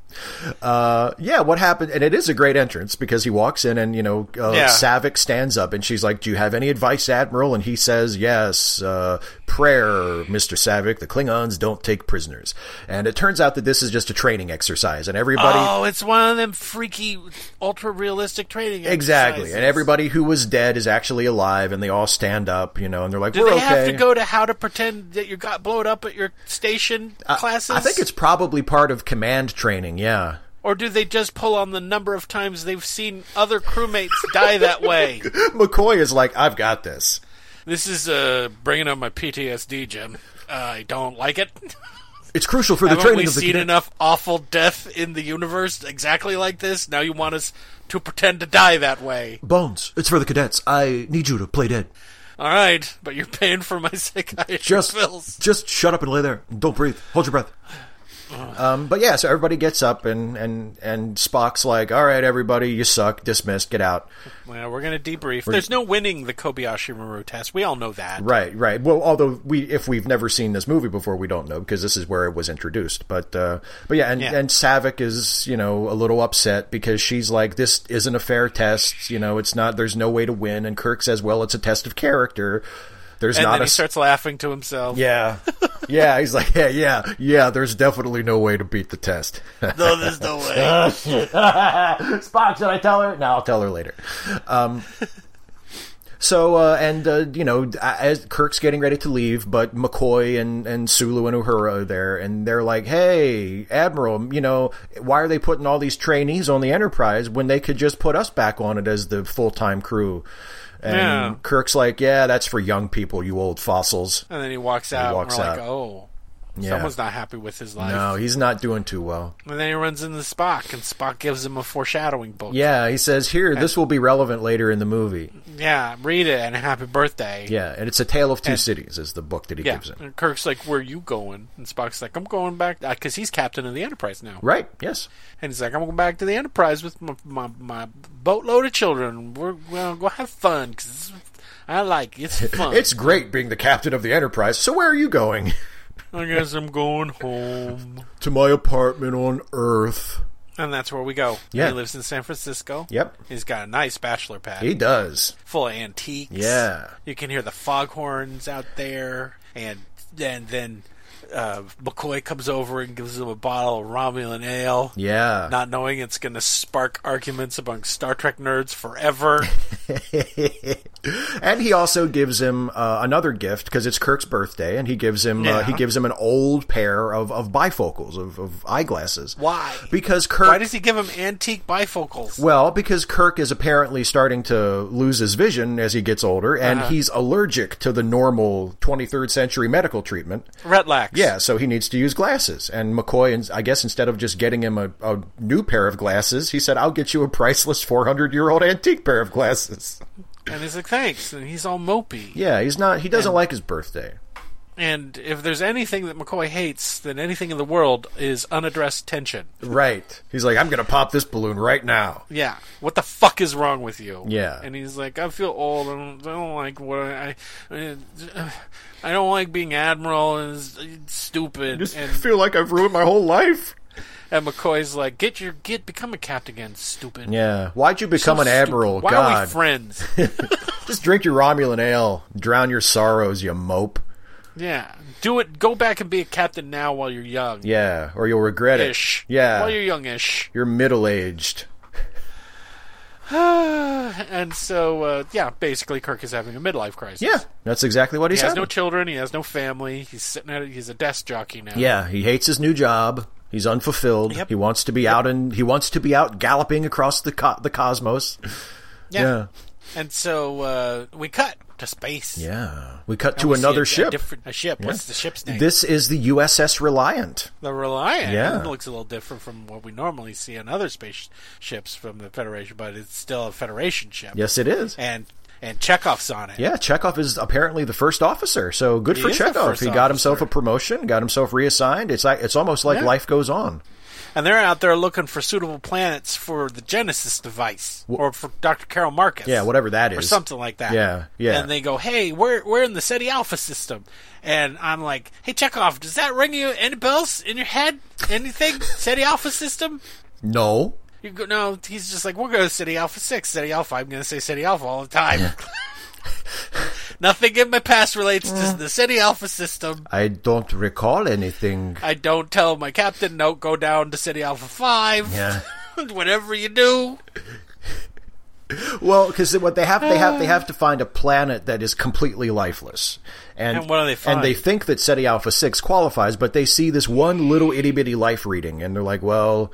Speaker 6: Uh, yeah, what happened? And it is a great entrance because he walks in and, you know, uh,
Speaker 5: Yeah.
Speaker 6: Savick stands up and she's like, Do you have any advice, Admiral? And he says, Yes, uh, prayer, Mr. Savick. The Klingons don't take prisoners. And it turns out that this is just a training exercise and everybody.
Speaker 5: Oh, it's one of them freaky ultra realistic training
Speaker 6: Exactly,
Speaker 5: exercises.
Speaker 6: and everybody who was dead is actually alive, and they all stand up, you know, and they're like,
Speaker 5: Do
Speaker 6: "We're
Speaker 5: they
Speaker 6: okay."
Speaker 5: have to go to how to pretend that you got blown up at your station classes?
Speaker 6: I think it's probably part of command training. Yeah, [laughs]
Speaker 5: or do they just pull on the number of times they've seen other crewmates die that way?
Speaker 6: McCoy is like, I've got this.
Speaker 5: This is uh, bringing up my PTSD, Jim. I don't like it.
Speaker 6: It's crucial for the
Speaker 5: Haven't
Speaker 6: training
Speaker 5: we
Speaker 6: of the
Speaker 5: seen enough awful death in the universe exactly like this? Now you want us to pretend to die that way.
Speaker 6: Bones, it's for the cadets. I need you to play dead.
Speaker 5: All right, but you're paying for my [laughs] psychiatrist
Speaker 6: Just,
Speaker 5: bills.
Speaker 6: just shut up and lay there. Don't breathe. Hold your breath. Um, but yeah, so everybody gets up and and and Spock's like, "All right, everybody, you suck. Dismissed. Get out."
Speaker 5: Well, we're going to debrief. There's no winning the Kobayashi Maru test. We all know that.
Speaker 6: Right, right. Well, although we, if we've never seen this movie before, we don't know because this is where it was introduced. But, uh, but yeah, and
Speaker 5: Yeah.
Speaker 6: and Savick is you know a little upset because she's like, this isn't a fair test. You know, it's not. There's no way to win. And Kirk says, well, it's a test of character. There's
Speaker 5: And
Speaker 6: not
Speaker 5: then
Speaker 6: a
Speaker 5: he
Speaker 6: s-
Speaker 5: starts laughing to himself.
Speaker 6: yeah, yeah. He's like, yeah, yeah, yeah. There's definitely no way to beat the test.
Speaker 5: [laughs]
Speaker 6: Oh,
Speaker 5: No, there's no
Speaker 6: [laughs]
Speaker 5: way.
Speaker 6: Spock, should I tell her? No, I'll tell her later. Um, so, uh, and, uh, you know, as Kirk's getting ready to leave, but McCoy and, and Sulu and Uhura are there, and they're like, hey, Admiral, you know, why are they putting all these trainees on the Enterprise when they could just put us back on it as the full time crew? And
Speaker 5: Yeah.
Speaker 6: Kirk's like, yeah, that's for young people, you old fossils.
Speaker 5: and then he walks out.
Speaker 6: walks
Speaker 5: and we're
Speaker 6: out.
Speaker 5: like, oh.
Speaker 6: Yeah.
Speaker 5: Someone's not happy with his life.
Speaker 6: No, he's not doing too well.
Speaker 5: And then he runs into Spock, and Spock gives him a foreshadowing book.
Speaker 6: Yeah, he says here this will be relevant later in the movie.
Speaker 5: Yeah, read it and happy birthday.
Speaker 6: Yeah, and it's a tale of two cities is the book that he
Speaker 5: Yeah.
Speaker 6: gives him.
Speaker 5: And Kirk's like, Where are you going? And Spock's like, I'm going back. Because he's captain of the Enterprise now.
Speaker 6: Right? Yes.
Speaker 5: And he's like, I'm going back to the Enterprise with my, my, my boatload of children. We're going to go have fun. Because I like it. It's
Speaker 6: [laughs]
Speaker 5: fun.
Speaker 6: It's great being the captain of the Enterprise. So where are you going?
Speaker 5: I guess I'm going home.
Speaker 6: [laughs] to my apartment on Earth.
Speaker 5: And that's where we go.
Speaker 6: Yeah.
Speaker 5: He lives in San Francisco.
Speaker 6: Yep.
Speaker 5: He's got a nice bachelor pad
Speaker 6: He does.
Speaker 5: full of antiques.
Speaker 6: Yeah.
Speaker 5: You can hear the foghorns out there. And, and then uh, McCoy comes over and gives him a bottle of Romulan ale.
Speaker 6: Yeah.
Speaker 5: Not knowing it's going to spark arguments among Star Trek nerds
Speaker 6: [laughs]
Speaker 5: forever.
Speaker 6: and he also gives him uh, another gift because it's Kirk's birthday, and he gives him uh,
Speaker 5: Yeah.
Speaker 6: he gives him an old pair of, of bifocals of, of eyeglasses.
Speaker 5: Why?
Speaker 6: Because Kirk.
Speaker 5: Why does he give him antique bifocals?
Speaker 6: Well, because Kirk is apparently starting to lose his vision as he gets older, and he's allergic to the normal 23rd century medical treatment.
Speaker 5: Retlax.
Speaker 6: Yeah, so he needs to use glasses. And McCoy, and I guess instead of just getting him a, a new pair of glasses, he said, I'll get you a priceless 400 year old antique pair of glasses.
Speaker 5: And he's like, thanks. And he's all mopey.
Speaker 6: Yeah, he's not, he doesn't like his birthday.
Speaker 5: And if there's anything that McCoy hates than anything in the world is unaddressed tension.
Speaker 6: Right. He's like, I'm going to pop this balloon right now.
Speaker 5: Yeah. What the fuck is wrong with you?
Speaker 6: Yeah.
Speaker 5: And he's like, I feel old. I don't, I don't like what I, I. uh, I don't like being admiral and it's, it's stupid. and,
Speaker 6: like I've ruined my whole life.
Speaker 5: and McCoy's like, get your get become a captain again, stupid.
Speaker 6: Yeah. Why'd you
Speaker 5: So
Speaker 6: become an
Speaker 5: stupid.
Speaker 6: admiral?
Speaker 5: Why are
Speaker 6: God.
Speaker 5: we friends?
Speaker 6: Just drink your Romulan ale. Drown your sorrows, you mope.
Speaker 5: yeah. Do it. Go back and be a captain now while you're young.
Speaker 6: Yeah. Or you'll regret
Speaker 5: Ish.
Speaker 6: it. Yeah.
Speaker 5: While you're youngish. [laughs]
Speaker 6: you're middle aged.
Speaker 5: and so, uh, yeah, basically, Kirk is having a midlife crisis.
Speaker 6: Yeah. That's exactly what he
Speaker 5: He
Speaker 6: said.
Speaker 5: has no children. He has no family. He's sitting at. He's a desk jockey now.
Speaker 6: Yeah, he hates his new job. He's unfulfilled.
Speaker 5: Yep.
Speaker 6: He wants to be out and he wants to be out galloping across the co- the cosmos.
Speaker 5: Yeah. And so uh, we cut to space.
Speaker 6: yeah. Yeah. We cut to
Speaker 5: We see
Speaker 6: another
Speaker 5: a- a
Speaker 6: ship.
Speaker 5: different a ship. What's the ship's name?
Speaker 6: this is the USS Reliant.
Speaker 5: the Reliant.
Speaker 6: Yeah.
Speaker 5: It looks a little different from what we normally see on other space ships from the Federation, but it's still a Federation ship.
Speaker 6: Yes, it is.
Speaker 5: And and Chekhov's on it.
Speaker 6: Yeah, Chekhov is apparently the first officer. So good for
Speaker 5: is the
Speaker 6: Chekhov.
Speaker 5: first
Speaker 6: He got himself
Speaker 5: officer.
Speaker 6: a promotion, got himself reassigned. It's like it's almost like
Speaker 5: Yeah.
Speaker 6: life goes on.
Speaker 5: And they're out there looking for suitable planets for the Genesis device or for Dr. Carol Marcus.
Speaker 6: Yeah, whatever that
Speaker 5: Or
Speaker 6: is.
Speaker 5: something like that.
Speaker 6: Yeah, yeah.
Speaker 5: And they go, hey, we're, we're in the SETI Alpha system. And I'm like, hey, Chekhov, does that ring you any bells in your head?
Speaker 6: [laughs]
Speaker 5: Anything? SETI Alpha system?
Speaker 6: No.
Speaker 5: You go, no, he's just like, we're going to SETI Alpha 6, SETI Alpha. I'm going to say SETI Alpha all the time. [laughs] Nothing in my past relates to the SETI Alpha system.
Speaker 6: I don't recall anything.
Speaker 5: I don't tell my captain, no, go down to SETI Alpha 5.
Speaker 6: Yeah.
Speaker 5: [laughs] Whatever you do,
Speaker 6: Well, because what they have, they have, they have [sighs] to find a planet that is completely lifeless, and,
Speaker 5: And what do they find?
Speaker 6: And they think that SETI Alpha Six qualifies, but they see this one little itty bitty life reading, and they're like, "Well,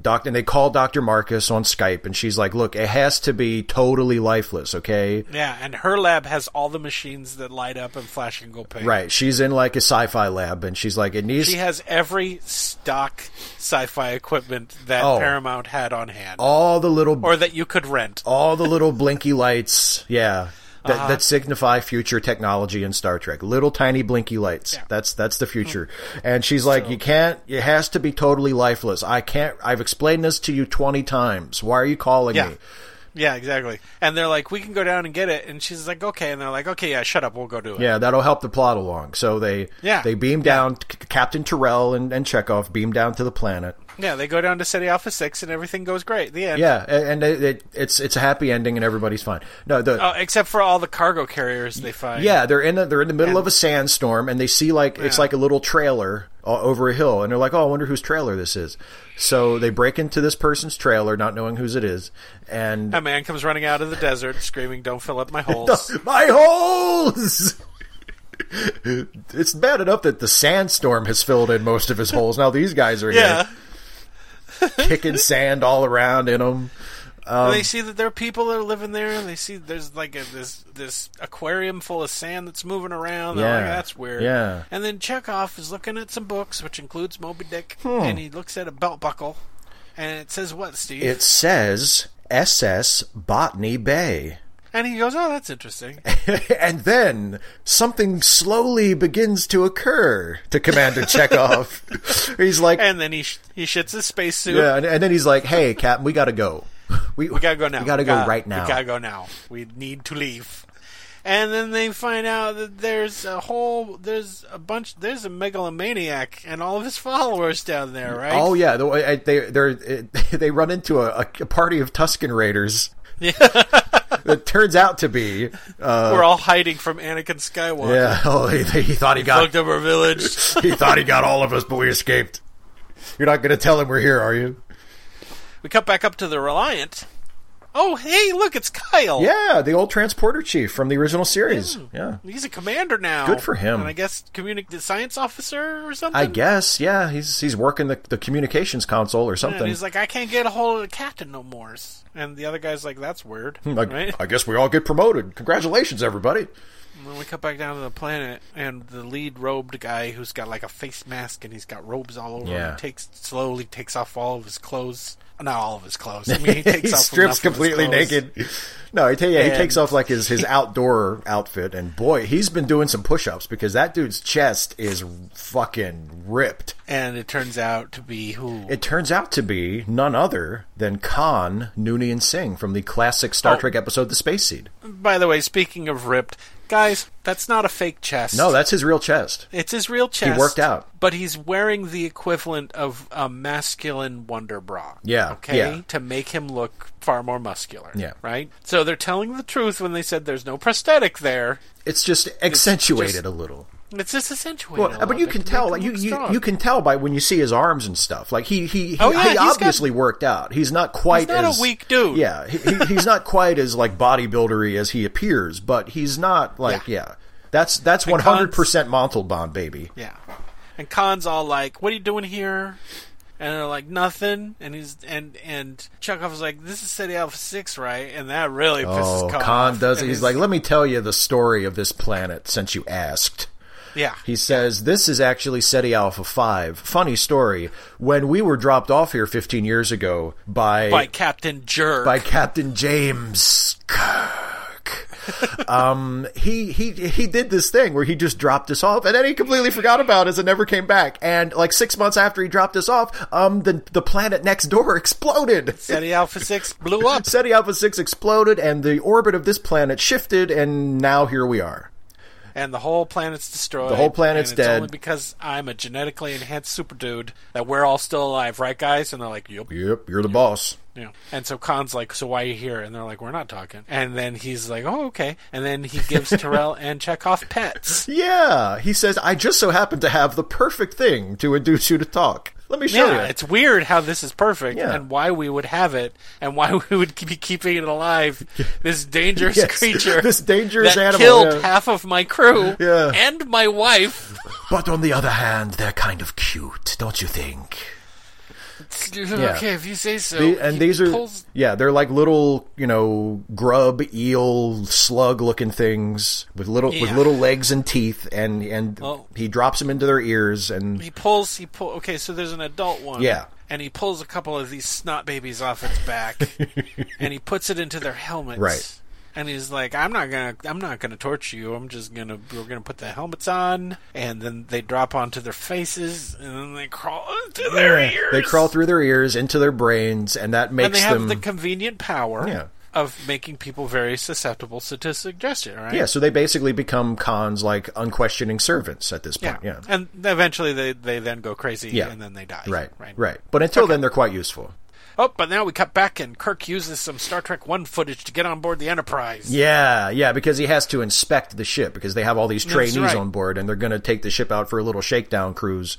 Speaker 6: doctor." And they call Doctor Marcus on Skype, and she's like, "Look, it has to be totally lifeless, okay?"
Speaker 5: Yeah, and her lab has all the machines that light up and flash and go pink.
Speaker 6: Right? She's in like a sci-fi lab, and she's like, "It needs."
Speaker 5: She has every stock sci-fi equipment that
Speaker 6: Oh.
Speaker 5: Paramount had on hand,
Speaker 6: all the little
Speaker 5: or that you could rent.
Speaker 6: all the little blinky lights, yeah, that,
Speaker 5: Uh-huh.
Speaker 6: that signify future technology in Star Trek. Little tiny blinky lights. That's that's the future.
Speaker 5: Hmm.
Speaker 6: And she's like, you can't. It has to be totally lifeless. I can't. I've explained this to you twenty times. Why are you calling
Speaker 5: Yeah.
Speaker 6: me?
Speaker 5: Yeah, exactly. And they're like, "We can go down and get it," and she's like, "Okay," and they're like, "Okay, yeah, shut up, we'll go do it."
Speaker 6: Yeah, that'll help the plot along. So they
Speaker 5: Yeah.
Speaker 6: they beam down. C- Captain Terrell and, and Chekhov beam down to the planet.
Speaker 5: Yeah, they go down to SETI Alpha Six, and everything goes great. The end.
Speaker 6: Yeah, a- and it, it, it's it's a happy ending, and everybody's fine. No, the
Speaker 5: Oh, except for all the cargo carriers they find.
Speaker 6: Yeah, they're in the they're in the middle of a sandstorm, and they see like it's like a little trailer uh, over a hill, and they're like, "Oh, I wonder whose trailer this is." So they break into this person's trailer, not knowing whose it is, and
Speaker 5: A man comes running out of the desert, screaming, "Don't fill
Speaker 6: [laughs]
Speaker 5: up my holes!"
Speaker 6: my holes. it's bad enough that the sandstorm has filled in most of his holes. Now these guys are
Speaker 5: yeah. [laughs]
Speaker 6: here kicking sand all around in them.
Speaker 5: And they see that there are people that are living there, and they see there's like a, this this aquarium full of sand that's moving around. They're like,
Speaker 6: Yeah.
Speaker 5: that's weird.
Speaker 6: Yeah.
Speaker 5: And then Chekhov is looking at some books, which includes Moby Dick,
Speaker 6: Hmm.
Speaker 5: and he looks at a belt buckle, and it says what, Steve?
Speaker 6: It says SS Botany Bay.
Speaker 5: and he goes, oh, that's
Speaker 6: [laughs]
Speaker 5: interesting.
Speaker 6: and then something slowly begins to occur to
Speaker 5: [laughs]
Speaker 6: Commander Chekhov. he's like,
Speaker 5: and then he sh- he shits his spacesuit.
Speaker 6: yeah, and, and then he's like, "Hey, Captain, we gotta go. We,
Speaker 5: We gotta go now.
Speaker 6: We gotta go right now."
Speaker 5: We gotta go now. We need to leave. And then they find out that there's a whole, there's a bunch, there's a megalomaniac and all of his followers down there, right?
Speaker 6: Oh yeah, the, way- they they're, [laughs] they run into a, a party of Tuscan Raiders. [laughs] it turns out
Speaker 5: [laughs]
Speaker 6: to be, uh,
Speaker 5: We're all hiding from Anakin Skywalker.
Speaker 6: yeah. Oh, he, he thought he got
Speaker 5: Fucked up our village.
Speaker 6: [laughs] he thought he got all of us, but we escaped. You're not gonna tell him we're here, are you?
Speaker 5: Oh. We cut back up to the Reliant. Oh, hey, look, it's Kyle.
Speaker 6: Yeah, the old transporter chief from the original
Speaker 5: Hmm.
Speaker 6: series. Yeah,
Speaker 5: He's a commander now.
Speaker 6: Good for him.
Speaker 5: And I guess communi- the science officer or something.
Speaker 6: I guess. Yeah, he's he's working the, the communications console or
Speaker 5: And
Speaker 6: something.
Speaker 5: he's like, I can't get a hold of the captain no more. And the other guy's like, that's weird.
Speaker 6: [laughs] Like,
Speaker 5: right?
Speaker 6: I guess we all get promoted. Congratulations, everybody.
Speaker 5: And then we cut back down to the planet, and the lead robed guy who's got like a face mask and he's got robes all over.
Speaker 6: Yeah.
Speaker 5: He takes slowly takes off all of his clothes. Not all of his clothes.
Speaker 6: [laughs]
Speaker 5: I mean, he takes
Speaker 6: he
Speaker 5: off
Speaker 6: strips
Speaker 5: enough of his
Speaker 6: completely
Speaker 5: clothes.
Speaker 6: naked. No, he, ta- yeah, he
Speaker 5: And-
Speaker 6: takes off like his, his outdoor outfit, and boy, he's been doing some push ups because that dude's chest is fucking ripped.
Speaker 5: And it turns out to be who?
Speaker 6: It turns out to be none other than Khan Noonien Singh from the classic Star
Speaker 5: Oh.
Speaker 6: Trek episode The Space Seed.
Speaker 5: By the way, speaking of ripped, guys, that's not a fake chest.
Speaker 6: No, that's his real chest.
Speaker 5: It's his real chest.
Speaker 6: worked out.
Speaker 5: but he's wearing the equivalent of a masculine wonder bra.
Speaker 6: Yeah,
Speaker 5: okay,
Speaker 6: yeah.
Speaker 5: to make him look far more muscular.
Speaker 6: Yeah.
Speaker 5: right. So they're telling the truth when they said there's no prosthetic there.
Speaker 6: It's just accentuated a little.
Speaker 5: It's just accentuated. a
Speaker 6: Well,
Speaker 5: little
Speaker 6: but you
Speaker 5: bit
Speaker 6: can
Speaker 5: to
Speaker 6: tell,
Speaker 5: make
Speaker 6: like,
Speaker 5: him
Speaker 6: you,
Speaker 5: look
Speaker 6: you
Speaker 5: strong.
Speaker 6: you can tell by when you see his arms and stuff. Like he he he,
Speaker 5: Oh, yeah,
Speaker 6: he
Speaker 5: he's got-
Speaker 6: obviously worked out. He's not quite
Speaker 5: not a
Speaker 6: as
Speaker 5: weak dude.
Speaker 6: Yeah, he, he- he's not quite as like bodybuildery as he appears, but he's not like yeah. That's that's one
Speaker 5: Because-
Speaker 6: hundred percent Montalban, baby.
Speaker 5: Yeah, and Khan's all like, "What are you doing here?" And they're like, "Nothing." And he's and and Chekhov was like, "This is City Alpha Six, right?" And that really pisses
Speaker 6: Oh,
Speaker 5: Khan.
Speaker 6: Khan
Speaker 5: off.
Speaker 6: does.
Speaker 5: And
Speaker 6: He's like, let me tell you the story of this planet since you asked.
Speaker 5: "Yeah."
Speaker 6: He says, This is actually SETI Alpha 5. Funny story. When we were dropped off here 15 years ago by,
Speaker 5: by Captain Jerk.
Speaker 6: by Captain James Kirk. um, he he he did this thing where he just dropped us off, and then he completely forgot about us and never came back. And like six months after he dropped us off, um, the the planet next door [laughs] exploded.
Speaker 5: SETI Alpha 6 blew up.
Speaker 6: SETI Alpha Six exploded, and the orbit of this planet shifted, and now here we are.
Speaker 5: and the whole planet's destroyed.
Speaker 6: The whole planet's
Speaker 5: and it's
Speaker 6: dead.
Speaker 5: Only because I'm a genetically enhanced super dude that we're all still alive, right, guys? And they're like, "Yup."
Speaker 6: Yep, you're the boss.
Speaker 5: Yeah. And so Khan's like, "So why are you here?" And they're like, "We're not talking." And then he's like, "Oh, okay." And then he
Speaker 6: [laughs]
Speaker 5: gives Terrell and Chekhov pets.
Speaker 6: Yeah, he says, I just so happen to have the perfect thing to induce you to talk. Let me show
Speaker 5: Yeah,
Speaker 6: you.
Speaker 5: it's weird how this is perfect
Speaker 6: Yeah.
Speaker 5: and why we would have it and why [laughs] we would be keeping it
Speaker 6: [laughs]
Speaker 5: alive. This dangerous
Speaker 6: Yes,
Speaker 5: creature,
Speaker 6: [laughs] this dangerous
Speaker 5: that
Speaker 6: animal,
Speaker 5: killed
Speaker 6: yeah.
Speaker 5: half of my crew
Speaker 6: Yeah.
Speaker 5: and my wife.
Speaker 6: But on the other hand, they're kind of cute, don't you think?
Speaker 5: Okay, if you say so.
Speaker 6: The- and
Speaker 5: He
Speaker 6: these are
Speaker 5: pulls-
Speaker 6: yeah, they're like little you know grub, eel, slug looking things with little with
Speaker 5: Yeah.
Speaker 6: little legs and teeth, and and
Speaker 5: Oh.
Speaker 6: he drops them into their ears, and
Speaker 5: He pulls. He pull. Okay, so there's an adult one.
Speaker 6: Yeah.
Speaker 5: And he pulls a couple of these snot babies off its
Speaker 6: [laughs]
Speaker 5: back, and he puts it into their helmets.
Speaker 6: Right.
Speaker 5: And he's like, "I'm not gonna, I'm not gonna torture you. I'm just gonna, we're gonna put the helmets on, and then they drop onto their faces, and then they crawl into their ears.
Speaker 6: they crawl through their ears into their brains, and that makes
Speaker 5: and they have
Speaker 6: them
Speaker 5: the convenient power
Speaker 6: Yeah.
Speaker 5: of making people very susceptible to, to suggestion. Right?
Speaker 6: yeah. So they basically become Khan's like unquestioning servants at this
Speaker 5: Yeah.
Speaker 6: point. yeah.
Speaker 5: And eventually they, they then go crazy
Speaker 6: Yeah.
Speaker 5: and then they die.
Speaker 6: Right,
Speaker 5: Right.
Speaker 6: right, right. But until then, they're quite useful.
Speaker 5: Oh, but now we cut back and Kirk uses some Star Trek 1 footage to get on board the Enterprise.
Speaker 6: Yeah, yeah, because he has to inspect the ship because they have all these trainees
Speaker 5: right.
Speaker 6: on board, and they're going to take the ship out for a little shakedown cruise.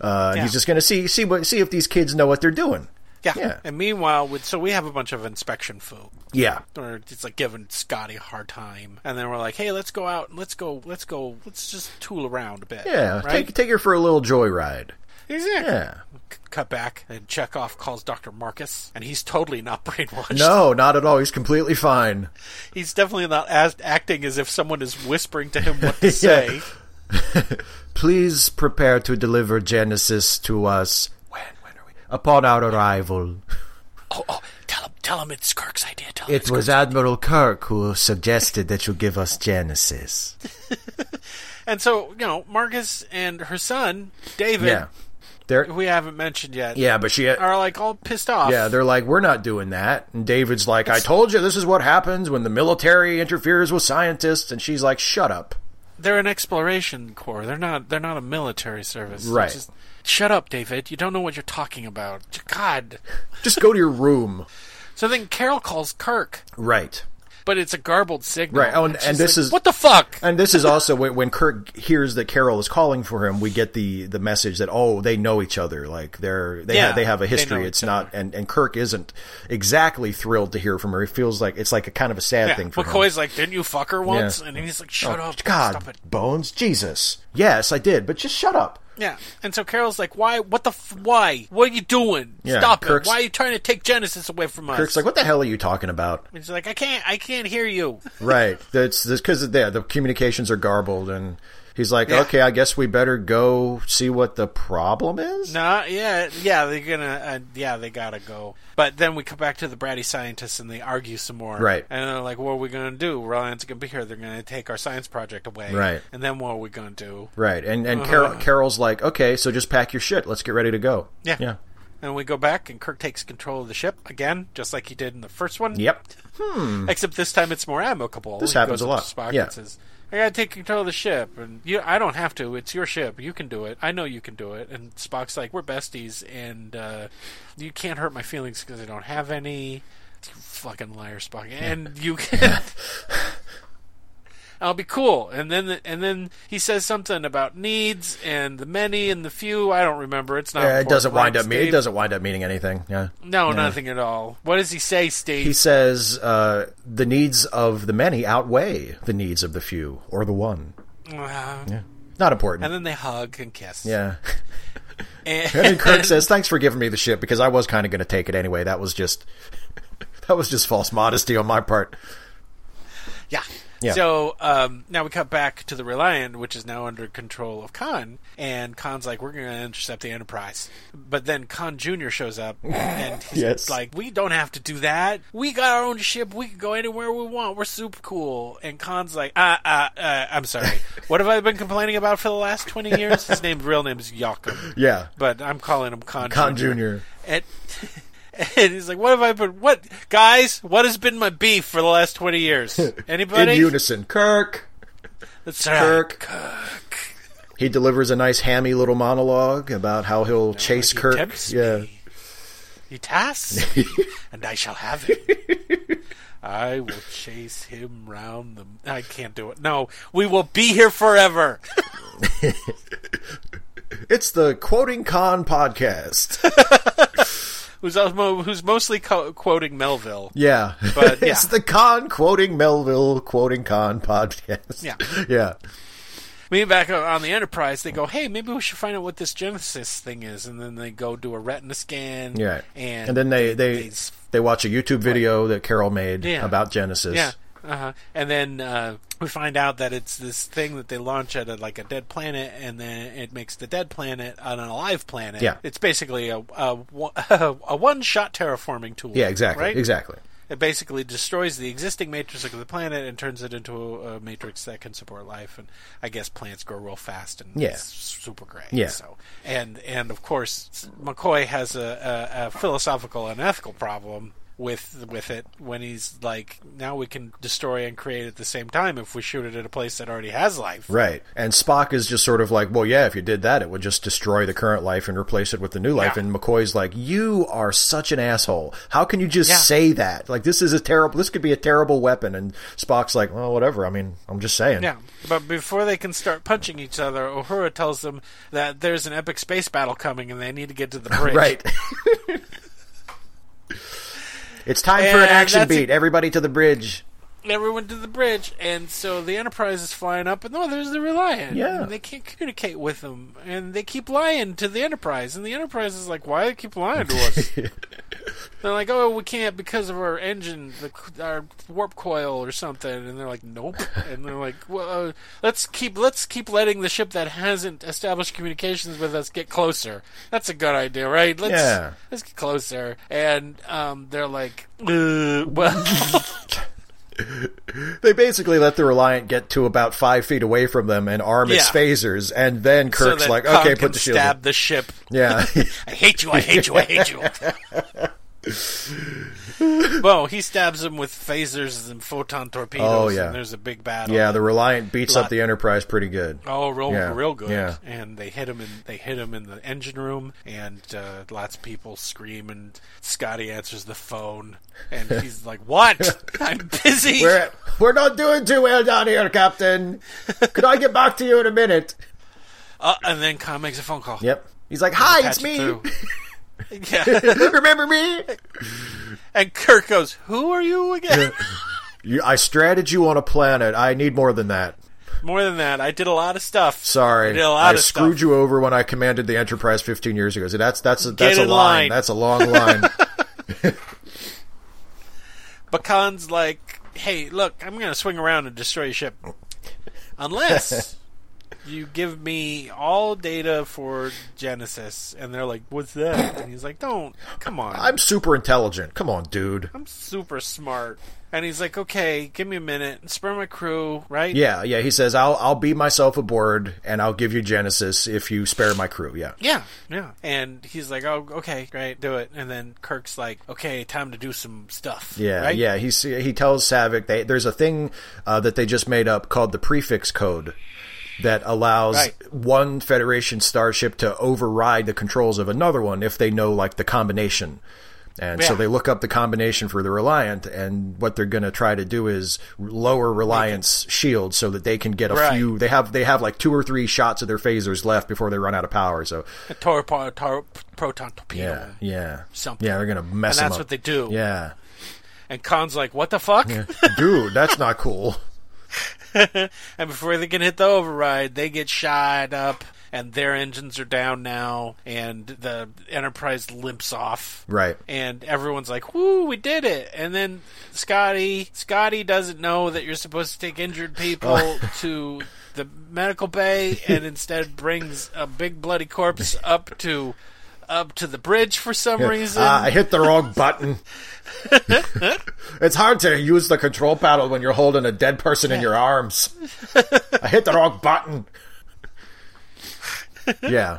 Speaker 6: Uh,
Speaker 5: Yeah.
Speaker 6: He's just going to see see what see if these kids know what they're doing.
Speaker 5: Yeah.
Speaker 6: Yeah.
Speaker 5: And meanwhile, with, so we have a bunch of inspection folk.
Speaker 6: Yeah,
Speaker 5: Or it's like giving Scotty a hard time. And then we're like, hey, let's go out and let's go, let's go, let's just tool around a bit.
Speaker 6: yeah.
Speaker 5: Right?
Speaker 6: Take take her for a little joyride.
Speaker 5: Exactly.
Speaker 6: Yeah.
Speaker 5: Cut back, and Chekhov calls Dr. Marcus, and he's totally not [laughs] brainwashed.
Speaker 6: No, not at all. He's
Speaker 5: [laughs]
Speaker 6: completely fine.
Speaker 5: He's definitely not as, acting as if someone is whispering to him
Speaker 6: [laughs]
Speaker 5: what to say.
Speaker 6: Please prepare to deliver Genesis to us
Speaker 5: When? When are we?
Speaker 6: upon our arrival.
Speaker 5: Oh, oh, tell him, tell him it's Kirk's idea. Tell him
Speaker 6: It
Speaker 5: it's
Speaker 6: was
Speaker 5: Kirk's-
Speaker 6: Admiral Kirk who suggested that you give us Genesis.
Speaker 5: And so, you know, Marcus and her son, David,
Speaker 6: Yeah. They're,
Speaker 5: who we haven't mentioned yet,
Speaker 6: yeah, but she
Speaker 5: are like all pissed off.
Speaker 6: Yeah, they're like, we're not doing that. And David's like, I told you this is what happens when the military interferes with scientists. And she's like, shut up.
Speaker 5: they're an exploration corps. They're not. They're not a military service. They're
Speaker 6: Right.
Speaker 5: just- shut up, David. You don't know what you're talking about. God.
Speaker 6: Just go to your room.
Speaker 5: So then Carol calls Kirk,
Speaker 6: Right.
Speaker 5: but it's a garbled signal.
Speaker 6: Right. Oh, and-
Speaker 5: she's
Speaker 6: and this
Speaker 5: like,
Speaker 6: is-
Speaker 5: what the fuck.
Speaker 6: And this is also when, when Kirk hears that Carol is calling for him, we get the, the message that, oh, they know each other. Like, they're, they,
Speaker 5: Yeah,
Speaker 6: ha- they have a
Speaker 5: they know
Speaker 6: history.
Speaker 5: each
Speaker 6: It's not, and, and Kirk isn't exactly thrilled to hear from her. He feels like it's like a kind of a sad
Speaker 5: yeah.
Speaker 6: thing for him.
Speaker 5: McCoy's like, didn't you fuck her once? And he's like, shut
Speaker 6: Oh,
Speaker 5: up,
Speaker 6: God,
Speaker 5: stop it.
Speaker 6: Bones, Jesus. Yes, I did, but just shut up.
Speaker 5: Yeah. And so Carol's like, why? What the? F- why? What are you doing?
Speaker 6: Yeah,
Speaker 5: Stop
Speaker 6: Kirk's-
Speaker 5: it. Why are you trying to take Genesis away from us?
Speaker 6: Kirk's like, what the hell are you talking about?
Speaker 5: And she's like, I can't. I can't hear you. [laughs]
Speaker 6: right. That's because yeah, the communications are garbled, and he's like,
Speaker 5: Yeah.
Speaker 6: "Okay, I guess we better go see what the problem is."
Speaker 5: No, yeah, yeah, they're gonna, uh, yeah, they gotta go. But then we come back to the bratty scientists and they argue some more,
Speaker 6: Right.
Speaker 5: And they're like, "What are we gonna do? Reliant's gonna be here. They're gonna take our science project away,
Speaker 6: Right.
Speaker 5: And then what are we gonna do?
Speaker 6: Right. And and
Speaker 5: Uh-huh.
Speaker 6: Carol, Carol's like, "Okay, so just pack your shit. Let's get ready to go."
Speaker 5: Yeah.
Speaker 6: Yeah.
Speaker 5: And we go back, and Kirk takes control of the ship again, just like he did in the first one.
Speaker 6: Yep.
Speaker 5: Except this time it's more amicable.
Speaker 6: This
Speaker 5: He
Speaker 6: happens
Speaker 5: goes up
Speaker 6: a lot.
Speaker 5: to Spock
Speaker 6: Yeah.
Speaker 5: and says, "I gotta take control of the ship, and you, I don't have to. It's your ship. You can do it. I know you can do it." And Spock's like, "We're besties, and uh, you can't hurt my feelings because I don't have any." You fucking liar, Spock. And you can. [laughs] I'll be cool. And then and then he says something about needs and the many and the few. I don't remember. It's not.
Speaker 6: Yeah, it
Speaker 5: important.
Speaker 6: doesn't wind
Speaker 5: Lines,
Speaker 6: up. Me- it
Speaker 5: Dave.
Speaker 6: doesn't wind up meaning anything. Yeah.
Speaker 5: No, nothing at all. What does he say, Steve?
Speaker 6: He says uh, the needs of the many outweigh the needs of the few or the one.
Speaker 5: Uh,
Speaker 6: Not important.
Speaker 5: And then they hug and kiss. [laughs]
Speaker 6: yeah.
Speaker 5: And,
Speaker 6: And Kirk says, "Thanks for giving me the shit because I was kind of going to take it anyway. That was just [laughs] that was just false modesty on my part."
Speaker 5: yeah.
Speaker 6: Yeah.
Speaker 5: So um, now we cut back to the Reliant, which is now under control of Khan. And Khan's like, we're going to intercept the Enterprise. But then Khan Jr. shows
Speaker 6: [laughs]
Speaker 5: up and he's
Speaker 6: Yes.
Speaker 5: like, we don't have to do that. We got our own ship. We can go anywhere we want. We're super cool. And Khan's like, uh, uh, uh, I'm
Speaker 6: [laughs]
Speaker 5: sorry. what have I been complaining about for the last 20 years? His name, real name is Yakum.
Speaker 6: Yeah.
Speaker 5: But I'm calling him Khan
Speaker 6: Con
Speaker 5: Jr.
Speaker 6: Jr.
Speaker 5: and and he's like, "What have I been? What guys? What has been my beef for the last twenty years? Anybody?"
Speaker 6: [laughs] in unison. Kirk.
Speaker 5: That's right.
Speaker 6: Kirk. He delivers a nice hammy little monologue about how he'll chase
Speaker 5: he
Speaker 6: Kirk.
Speaker 5: tempts
Speaker 6: yeah.
Speaker 5: me. He tasks,
Speaker 6: [laughs]
Speaker 5: me, and I shall have it. I will chase him round the. I can't do it. No, we will be here forever.
Speaker 6: It's the Quoting Con podcast.
Speaker 5: [laughs] who's also, who's mostly co- quoting Melville?
Speaker 6: Yeah. [laughs]
Speaker 5: But,
Speaker 6: it's
Speaker 5: yeah.
Speaker 6: the Con Quoting Melville Quoting Con podcast.
Speaker 5: Yeah.
Speaker 6: [laughs] Yeah.
Speaker 5: Me back on the Enterprise, they go, "Hey, maybe we should find out what this Genesis thing is," and then they go do a retina scan.
Speaker 6: Yeah.
Speaker 5: and
Speaker 6: then they they,
Speaker 5: they
Speaker 6: they,
Speaker 5: s-
Speaker 6: watch a YouTube video that Carol made
Speaker 5: Yeah.
Speaker 6: about Genesis.
Speaker 5: Yeah. Uh-huh. And then uh, we find out that it's this thing that they launch at a, like a dead planet, and then it makes the dead planet an alive planet.
Speaker 6: Yeah.
Speaker 5: it's basically a a, [laughs] one- a one shot terraforming tool.
Speaker 6: Yeah, exactly.
Speaker 5: Right?
Speaker 6: Exactly.
Speaker 5: It basically destroys the existing matrix of the planet and turns it into a, a matrix that can support life. And I guess plants grow real fast and
Speaker 6: Yeah.
Speaker 5: it's super great.
Speaker 6: Yeah.
Speaker 5: So and and of course McCoy has a, a, a philosophical and ethical problem with with it when he's like now we can destroy and create at the same time if we shoot it at a place that already has life.
Speaker 6: Right. And Spock is just sort of like, well, yeah, if you did that, it would just destroy the current life and replace it with the new life.
Speaker 5: Yeah.
Speaker 6: And McCoy's like, you are such an asshole. How can you just
Speaker 5: Yeah.
Speaker 6: say that? Like, this is a terrible, this could be a terrible weapon. And Spock's like, well, whatever. I mean, I'm just saying.
Speaker 5: Yeah, but before they can start punching each other, Uhura tells them that there's an epic space battle coming and they need to get to the bridge.
Speaker 6: [laughs] Right. it's time for an
Speaker 5: And
Speaker 6: action
Speaker 5: that's it.
Speaker 6: beat. Everybody to the bridge.
Speaker 5: everyone to the bridge, and so the Enterprise is flying up, and oh, there's the Reliant.
Speaker 6: Yeah.
Speaker 5: and they can't communicate with them, and they keep lying to the Enterprise, and the Enterprise is like, "Why do they keep lying to
Speaker 6: [laughs]
Speaker 5: us?" they're like, "Oh, we can't because of our engine, the, our warp coil or something," and they're like, "Nope," and they're like, "Well, uh, let's keep let's keep letting the ship that hasn't established communications with us get closer. That's a good idea, right? Let's
Speaker 6: Yeah.
Speaker 5: let's get closer." And um, they're like, uh, "Well." [laughs]
Speaker 6: They basically let the Reliant get to about five feet away from them and arm its
Speaker 5: Yeah.
Speaker 6: phasers, and then Kirk's
Speaker 5: so that
Speaker 6: like,
Speaker 5: Kong
Speaker 6: "Okay,
Speaker 5: can
Speaker 6: put the shield."
Speaker 5: stab
Speaker 6: up."
Speaker 5: the ship.
Speaker 6: Yeah,
Speaker 5: [laughs] I hate you. I hate you. I hate
Speaker 6: [laughs]
Speaker 5: you. well, he stabs him with phasers and photon torpedoes.
Speaker 6: Oh, yeah.
Speaker 5: and there's a big battle.
Speaker 6: yeah. The Reliant beats up
Speaker 5: Lot.
Speaker 6: the Enterprise pretty good.
Speaker 5: Oh, real,
Speaker 6: Yeah,
Speaker 5: real good.
Speaker 6: yeah.
Speaker 5: And they hit him in they hit him in the engine room, and uh, lots of people scream. And Scotty answers the phone,
Speaker 6: [laughs]
Speaker 5: and he's like, "What? I'm busy."
Speaker 6: We're we're not doing too well down here, Captain. Could I get back to you in a minute?
Speaker 5: Uh, and then Khan makes a phone call.
Speaker 6: Yep. He's like, "Hi,
Speaker 5: Patch it
Speaker 6: it's me. [laughs]
Speaker 5: through. [laughs] yeah.
Speaker 6: Remember me?"
Speaker 5: And Kirk goes, "Who are you again?"
Speaker 6: [laughs] You, I stranded you on a planet. I need more than that.
Speaker 5: More than that, I did a lot of stuff. I
Speaker 6: Sorry,
Speaker 5: did a lot of
Speaker 6: I screwed
Speaker 5: stuff.
Speaker 6: you over when I commanded the Enterprise 15 years ago. So that's that's a, that's a
Speaker 5: in
Speaker 6: line.
Speaker 5: line.
Speaker 6: That's
Speaker 5: [laughs]
Speaker 6: a long line.
Speaker 5: But Khan's like, hey, look, I'm going to swing around and destroy your ship.
Speaker 6: [laughs]
Speaker 5: Unless you give me all data for Genesis. And they're like, what's that? And he's like, don't. Come on.
Speaker 6: I'm super intelligent. Come on, dude.
Speaker 5: I'm super smart. And he's like, okay, give me a minute. Spare my crew, right?
Speaker 6: Yeah, yeah. He says, "I'll I'll be myself aboard, and I'll give you Genesis if you spare my crew." Yeah.
Speaker 5: Yeah, yeah. And he's like, oh, okay, great, do it. And then Kirk's like, okay, time to do some stuff.
Speaker 6: Yeah,
Speaker 5: right?
Speaker 6: yeah. He he tells Savick they, there's a thing uh, that they just made up called the prefix code that allows
Speaker 5: Right.
Speaker 6: one Federation starship to override the controls of another one if they know like the combination. And so
Speaker 5: Yeah.
Speaker 6: they look up the combination for the Reliant, and what they're going to try to do is lower Reliance shield so that they can get a
Speaker 5: Right.
Speaker 6: few. They have they have like two or three shots of their phasers left before they run out of power. So
Speaker 5: A torpo- tor- proton torpedo.
Speaker 6: yeah, yeah,
Speaker 5: Something.
Speaker 6: Yeah, they're going to mess.
Speaker 5: And
Speaker 6: 'em
Speaker 5: that's
Speaker 6: up.
Speaker 5: what they do.
Speaker 6: Yeah,
Speaker 5: And Khan's like, what the fuck?
Speaker 6: dude, that's not cool.
Speaker 5: [laughs] and before they can hit the override, they get shot up, and their engines are down now, and the Enterprise limps off.
Speaker 6: Right.
Speaker 5: And everyone's like, "Woo, we did it!" And then Scotty, Scotty doesn't know that you're supposed to take injured
Speaker 6: Oh.
Speaker 5: people [laughs] to the medical bay, and instead brings a big bloody
Speaker 6: [laughs]
Speaker 5: corpse up to up to the bridge for some reason.
Speaker 6: Ah, I hit the wrong
Speaker 5: [laughs]
Speaker 6: button. it's hard to use the control paddle when you're holding a dead person in your arms. I hit the wrong button. yeah.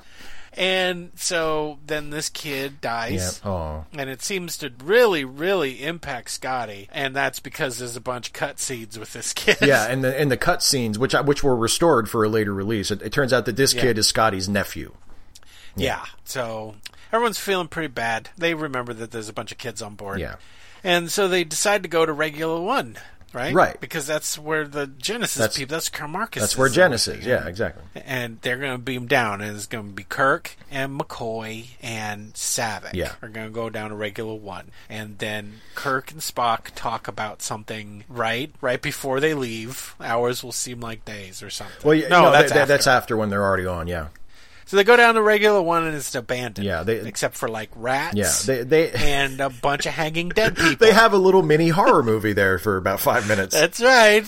Speaker 5: and so then this kid [laughs]
Speaker 6: Yeah.
Speaker 5: dies.
Speaker 6: Oh.
Speaker 5: and it seems to really, really impact Scotty, and that's because there's a bunch of cutscenes with this kid.
Speaker 6: Yeah, and the and the cut scenes, which I, which were restored for a later release, it, it turns out that this kid is Scotty's nephew.
Speaker 5: [laughs] yeah. So everyone's feeling pretty bad. They remember that there's a bunch of kids on board.
Speaker 6: Yeah.
Speaker 5: and so they decide to go to Regular One, right?
Speaker 6: Right.
Speaker 5: because that's where the Genesis
Speaker 6: That's-
Speaker 5: people. That's Carmarcus.
Speaker 6: That's where Genesis. Yeah, exactly.
Speaker 5: and they're going to beam down, and it's going to be Kirk and McCoy and Savick
Speaker 6: Yeah.
Speaker 5: are going to go down to regular one, and then Kirk and Spock talk about something right right before they leave. Hours will seem like days or something.
Speaker 6: Well, yeah,
Speaker 5: no, that's
Speaker 6: that- that-
Speaker 5: after.
Speaker 6: that's after when they're already on. Yeah.
Speaker 5: so they go down to regular one, and it's abandoned.
Speaker 6: Yeah, they-
Speaker 5: except for like rats.
Speaker 6: Yeah. They they
Speaker 5: and a bunch of hanging dead people.
Speaker 6: [laughs] they have a little mini horror movie there for about five minutes.
Speaker 5: That's right.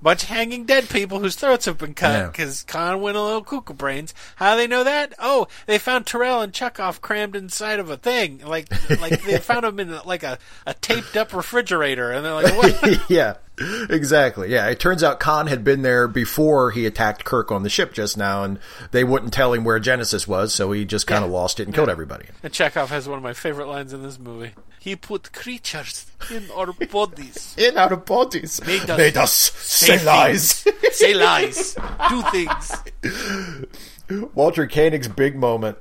Speaker 5: Bunch of hanging dead people whose throats have been
Speaker 6: Yeah.
Speaker 5: cut because Khan went a little cuckoo brains. How they know that? Oh, they found Terrell and Chekhov crammed inside of a thing, like like they found them in like a, a taped up refrigerator, and they're like, "What?"
Speaker 6: [laughs] yeah, exactly. Yeah, it turns out Khan had been there before he attacked Kirk on the ship just now, and they wouldn't tell him where Genesis was, so he just kind of lost it and killed everybody.
Speaker 5: and Chekhov has one of my favorite lines in this movie. He put creatures in our bodies.
Speaker 6: In our bodies,
Speaker 5: Made us-
Speaker 6: made us say
Speaker 5: things. [laughs]
Speaker 6: lies.
Speaker 5: Say lies, do things,
Speaker 6: Walter Koenig's big moment.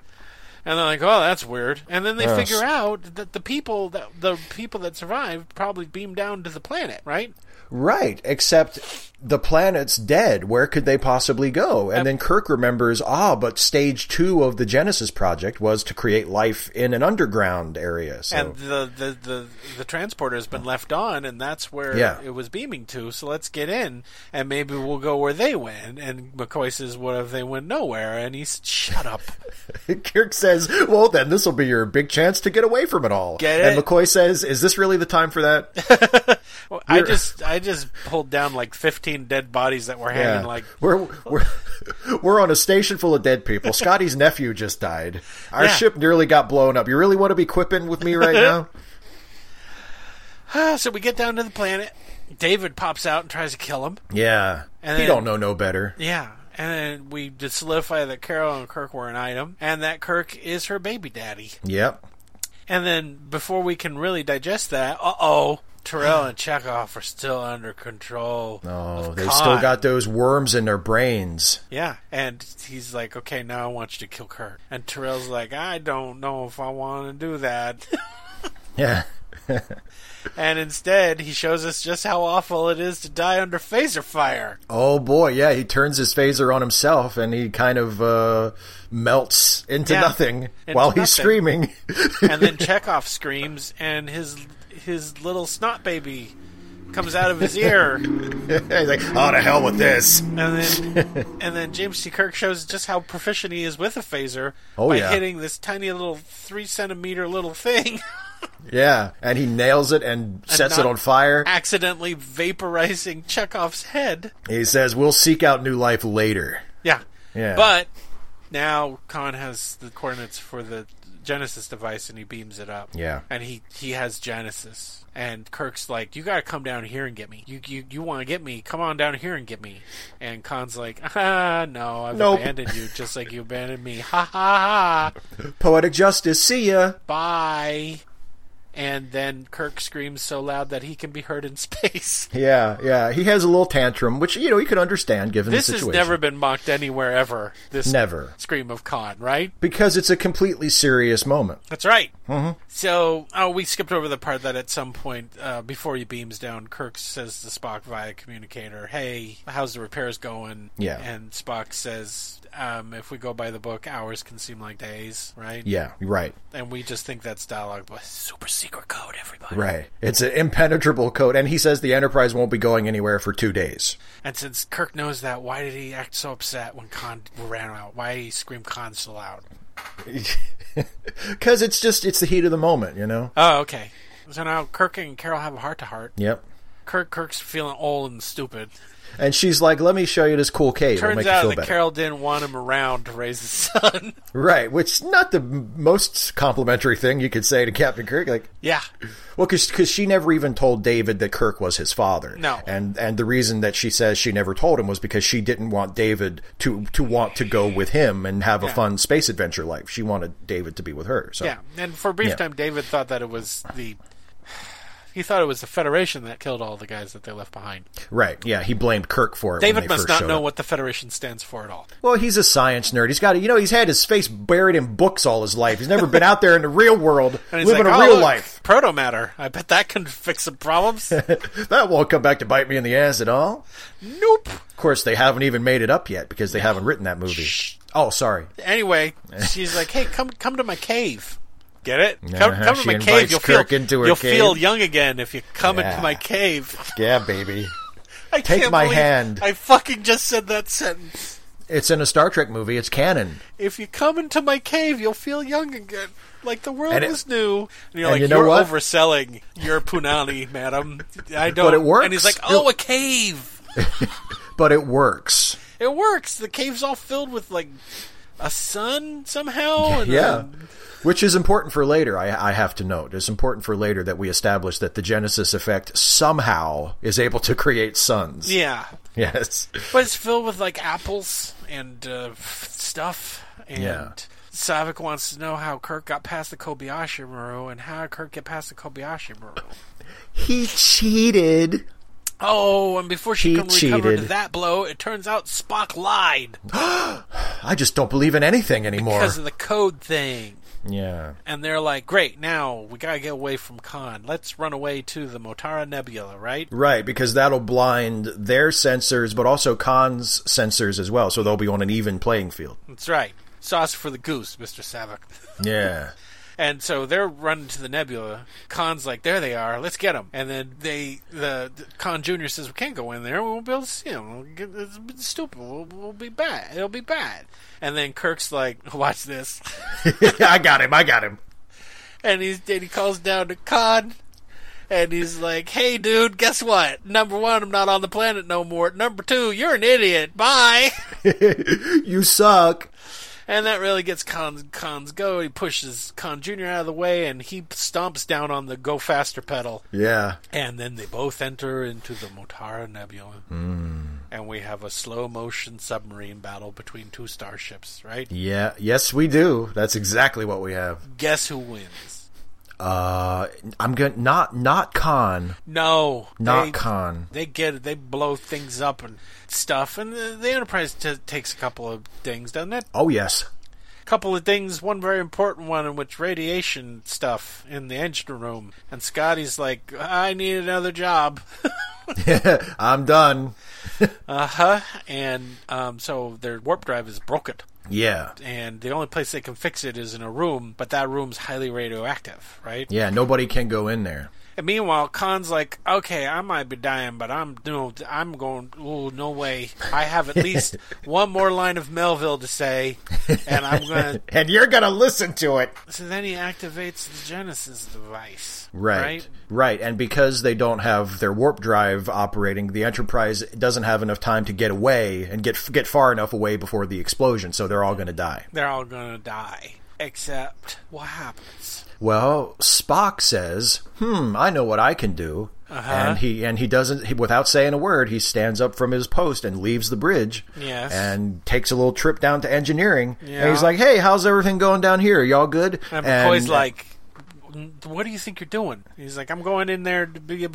Speaker 5: and they're like, "Oh, that's weird." And then they
Speaker 6: Yes.
Speaker 5: figure out that the people that the people that survived probably beamed down to the planet, right?
Speaker 6: Right, except the planet's dead. Where could they possibly go? And then Kirk remembers, ah, but stage two of the Genesis project was to create life in an underground area. So
Speaker 5: And the, the, the, the transporter has been left on, and that's where
Speaker 6: Yeah.
Speaker 5: it was beaming to. So let's get in, and maybe we'll go where they went. And McCoy says, What if they went nowhere? And he's, Shut up.
Speaker 6: [laughs] Kirk says, well, then this will be your big chance to get away from it all.
Speaker 5: Get
Speaker 6: And
Speaker 5: it?
Speaker 6: McCoy says, is this really the time
Speaker 5: [laughs]
Speaker 6: for that?
Speaker 5: Well, I
Speaker 6: You're-
Speaker 5: just I just pulled down like 15 dead bodies that were hanging, like,
Speaker 6: we're we're [laughs] we're on a station full of dead people. Scotty's nephew just died. Our
Speaker 5: Yeah.
Speaker 6: ship nearly got blown up. You really want to be quipping with me
Speaker 5: [laughs]
Speaker 6: right now?
Speaker 5: ah, So we get down to the planet. David pops out and tries to kill him.
Speaker 6: yeah,
Speaker 5: And
Speaker 6: he
Speaker 5: then-
Speaker 6: don't know no better.
Speaker 5: Yeah. And then we just solidify that Carol and Kirk were an item, and that Kirk is her baby daddy.
Speaker 6: Yep.
Speaker 5: And then before we can really digest that, uh oh, Terrell and Chekhov are still under control.
Speaker 6: Oh,
Speaker 5: of
Speaker 6: they
Speaker 5: Khan.
Speaker 6: still got those worms in their brains.
Speaker 5: Yeah. And he's like, okay, now I want you to kill Kirk. And Terrell's like, I don't know if I want to do that.
Speaker 6: Yeah.
Speaker 5: and instead, he shows us just how awful it is to die under phaser fire.
Speaker 6: Oh boy, yeah. He turns his phaser on himself, and he kind of uh, melts into
Speaker 5: Yeah,
Speaker 6: nothing
Speaker 5: into
Speaker 6: while he's
Speaker 5: nothing.
Speaker 6: screaming. [laughs]
Speaker 5: And then Chekhov screams, and his his little snot baby comes out of his ear.
Speaker 6: he's like, "Oh, to hell with this."
Speaker 5: And then,
Speaker 6: [laughs]
Speaker 5: and then James C. Kirk shows just how proficient he is with a phaser
Speaker 6: Oh,
Speaker 5: by
Speaker 6: yeah.
Speaker 5: hitting this tiny little three centimeter little thing, [laughs]
Speaker 6: Yeah, and he nails it and sets it
Speaker 5: not-
Speaker 6: on fire.
Speaker 5: accidentally vaporizing Chekhov's head.
Speaker 6: He says, "We'll seek out new life later."
Speaker 5: Yeah.
Speaker 6: Yeah.
Speaker 5: But now Khan has the coordinates for the Genesis device and he beams it up.
Speaker 6: Yeah.
Speaker 5: And he, he has Genesis. And Kirk's like, You gotta come down here and get me. You you, you wanna get me, come on down here and get me. And Khan's like, [laughs] Ah no, I've
Speaker 6: Nope.
Speaker 5: abandoned you just like you abandoned me. Ha ha ha
Speaker 6: Poetic justice, see ya.
Speaker 5: bye. And then Kirk screams so loud that he can be heard in [laughs] space.
Speaker 6: Yeah, yeah. He has a little tantrum, which you know you can understand given
Speaker 5: This
Speaker 6: the
Speaker 5: has
Speaker 6: situation.
Speaker 5: never been mocked anywhere ever. This
Speaker 6: Never.
Speaker 5: scream of Khan, right?
Speaker 6: because it's a completely serious moment.
Speaker 5: That's right. Mm-hmm. So, oh, we skipped over the part that at some point uh, before he beams down, Kirk says to Spock via communicator, "Hey, how's the repairs going?"
Speaker 6: Yeah.
Speaker 5: and Spock says, um, "If we go by the book, hours can seem like days, right?"
Speaker 6: Yeah, right,
Speaker 5: and we just think that's dialogue, but super secret code, everybody.
Speaker 6: right. It's an impenetrable code, and he says the Enterprise won't be going anywhere for two days.
Speaker 5: And since Kirk knows that, why did he act so upset when Khan ran out? Why did he scream Khan so loud?
Speaker 6: Because it's just it's the heat of the moment, you know.
Speaker 5: Oh, okay. So now Kirk and Carol have a heart to heart.
Speaker 6: Yep.
Speaker 5: Kirk Kirk's feeling old and stupid.
Speaker 6: And she's like, "Let me show you this cool cave. It'll
Speaker 5: Turns
Speaker 6: make you
Speaker 5: out
Speaker 6: feel
Speaker 5: that
Speaker 6: better."
Speaker 5: Carol didn't want him around to raise his [laughs] son.
Speaker 6: right, which not the m- most complimentary thing you could say to Captain Kirk. Like,
Speaker 5: yeah.
Speaker 6: Well, because she never even told David that Kirk was his father.
Speaker 5: No.
Speaker 6: and and the reason that she says she never told him was because she didn't want David to to want to go with him and have a fun space adventure life. She wanted David to be with her. So
Speaker 5: Yeah. And for a brief
Speaker 6: Yeah.
Speaker 5: time David thought that it was the he thought it was the Federation that killed all the guys that they left behind.
Speaker 6: right, yeah, he blamed Kirk for it. when
Speaker 5: David
Speaker 6: they
Speaker 5: must
Speaker 6: first
Speaker 5: not
Speaker 6: showed
Speaker 5: know
Speaker 6: up.
Speaker 5: what the Federation stands for at all.
Speaker 6: Well, he's a science nerd. He's got you know he's had his face buried in books all his life. He's never been out there in the real world
Speaker 5: And he's
Speaker 6: living
Speaker 5: like,
Speaker 6: a
Speaker 5: "Oh,
Speaker 6: real
Speaker 5: look,
Speaker 6: life.
Speaker 5: Proto matter. I bet that can [laughs] fix some
Speaker 6: [laughs]
Speaker 5: problems.
Speaker 6: That won't come back to bite me in the ass at all.
Speaker 5: nope.
Speaker 6: Of course, they haven't even made it up yet because they haven't written that movie. Oh, sorry.
Speaker 5: anyway, she's like, "Hey, come come to my cave." Get it? Come,
Speaker 6: Uh-huh,
Speaker 5: come to
Speaker 6: she
Speaker 5: my
Speaker 6: invites
Speaker 5: cave. You'll
Speaker 6: Kirk
Speaker 5: feel
Speaker 6: into her
Speaker 5: you'll
Speaker 6: cave.
Speaker 5: feel young again if you come
Speaker 6: Yeah.
Speaker 5: into my cave. [laughs]
Speaker 6: Yeah, baby.
Speaker 5: I
Speaker 6: Take
Speaker 5: can't
Speaker 6: my
Speaker 5: believe
Speaker 6: hand.
Speaker 5: I fucking just said that sentence.
Speaker 6: It's in a Star Trek movie. It's canon.
Speaker 5: If you come into my cave, you'll feel young again. Like the world
Speaker 6: And it-
Speaker 5: was new, and you're
Speaker 6: and
Speaker 5: like
Speaker 6: you know
Speaker 5: are
Speaker 6: what?
Speaker 5: overselling your
Speaker 6: [laughs]
Speaker 5: punani, madam. I don't.
Speaker 6: But it works.
Speaker 5: And he's like,
Speaker 6: It-
Speaker 5: "Oh, a cave.
Speaker 6: But it works.
Speaker 5: It works. The cave's all filled with like a sun somehow." And
Speaker 6: Yeah.
Speaker 5: a-
Speaker 6: Which is important for later, I, I have to note. It's important for later that we establish that the Genesis effect somehow is able to create suns.
Speaker 5: yeah.
Speaker 6: Yes.
Speaker 5: But it's filled with like apples and uh, f- stuff. And
Speaker 6: Yeah.
Speaker 5: Savik wants to know how Kirk got past the Kobayashi Maru and how did Kirk get past the Kobayashi Maru.
Speaker 6: He cheated.
Speaker 5: Oh, and before she
Speaker 6: He
Speaker 5: can recover to
Speaker 6: cheated.
Speaker 5: that blow, it turns out Spock lied
Speaker 6: I just don't believe in anything anymore.
Speaker 5: because of the code thing.
Speaker 6: Yeah.
Speaker 5: and they're like, "Great, now we gotta get away from Khan. Let's run away to the Motara Nebula, right?"
Speaker 6: Right, because that'll blind their sensors, but also Khan's sensors as well, so they'll be on an even playing field.
Speaker 5: That's right. Sauce for the goose, Mister Savak. [laughs]
Speaker 6: [laughs] Yeah.
Speaker 5: And so they're running to the nebula. Khan's like, "There they are. Let's get them." And then they, the, the Khan Junior says, "We can't go in there. We won't be able to see them. We'll get, it's stupid. We'll, we'll be bad. It'll be bad." And then Kirk's like, [laughs] "Watch this,"
Speaker 6: [laughs] I got him, I got him.
Speaker 5: and he's and he calls down to Khan. And he's like, "Hey, dude, guess what? Number one, I'm not on the planet no more. Number two, you're an idiot. Bye." [laughs]
Speaker 6: You suck.
Speaker 5: And that really gets Khan's, Khan's go. He pushes Khan Jr. out of the way and he stomps down on the go faster pedal.
Speaker 6: Yeah.
Speaker 5: And then they both enter into the Motara Nebula.
Speaker 6: Hmm.
Speaker 5: And we have a slow motion submarine battle between two starships, right?
Speaker 6: Yeah. Yes, we do. That's exactly what we have.
Speaker 5: Guess who wins?
Speaker 6: Uh, I'm going to not not Khan,
Speaker 5: No.
Speaker 6: not
Speaker 5: they,
Speaker 6: Khan.
Speaker 5: They get it. They blow things up and stuff. And the, the Enterprise t- takes a couple of things, doesn't it?
Speaker 6: Oh yes.
Speaker 5: couple of things. One very important one in which radiation stuff in the engine room. And Scotty's like, I need another job. [laughs]
Speaker 6: I'm done.
Speaker 5: uh huh. And um, so their warp drive is broken.
Speaker 6: Yeah.
Speaker 5: And the only place they can fix it is in a room, but that room's highly radioactive, right?
Speaker 6: Yeah, nobody can go in there.
Speaker 5: And meanwhile, Khan's like, "Okay, I might be dying, but I'm no, I'm going. Oh, no way! I have at
Speaker 6: [laughs]
Speaker 5: least one more line of Melville to say, and I'm
Speaker 6: [laughs]
Speaker 5: gonna
Speaker 6: And you're going to listen to it.
Speaker 5: So then he activates the Genesis device.
Speaker 6: Right. right. And because they don't have their warp drive operating, the Enterprise doesn't have enough time to get away and get get far enough away before the explosion, so they're all going to die.
Speaker 5: They're all going to die. Except, what happens?
Speaker 6: Well, Spock says, "Hmm, I know what I can do."
Speaker 5: Uh-huh.
Speaker 6: And he and he doesn't he, without saying a word, he stands up from his post and leaves the bridge.
Speaker 5: Yes.
Speaker 6: And takes a little trip down to engineering. And
Speaker 5: Yeah.
Speaker 6: he's like, "Hey, how's everything going down here? Y'all good?"
Speaker 5: And McCoy's
Speaker 6: uh,
Speaker 5: like, what do you think you're doing? He's like, I'm going in there to be a,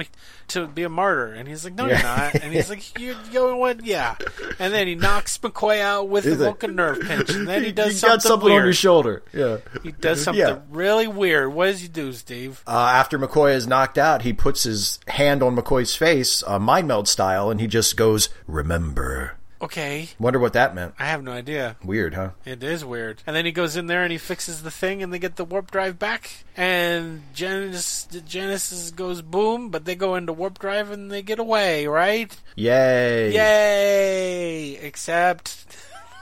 Speaker 5: to be a martyr. And he's like, no, you're not. And he's like, you, you know what? Yeah. And then he knocks McCoy out with the
Speaker 6: He's like-
Speaker 5: Vulcan nerve pinch. And
Speaker 6: [laughs]
Speaker 5: then he
Speaker 6: you
Speaker 5: does
Speaker 6: got
Speaker 5: something,
Speaker 6: something
Speaker 5: weird.
Speaker 6: on your shoulder. Yeah.
Speaker 5: he does something
Speaker 6: Yeah.
Speaker 5: really weird. What does he do, Steve?
Speaker 6: Uh, after McCoy is knocked out, he puts his hand on McCoy's face, uh, mind meld style, and he just goes, "Remember."
Speaker 5: Okay.
Speaker 6: Wonder what that meant.
Speaker 5: I have no idea.
Speaker 6: Weird, huh?
Speaker 5: It is weird. And then he goes in there and he fixes the thing, and they get the warp drive back. And Genesis, Genesis goes boom, but they go into warp drive and they get away, right?
Speaker 6: Yay!
Speaker 5: Yay! Except,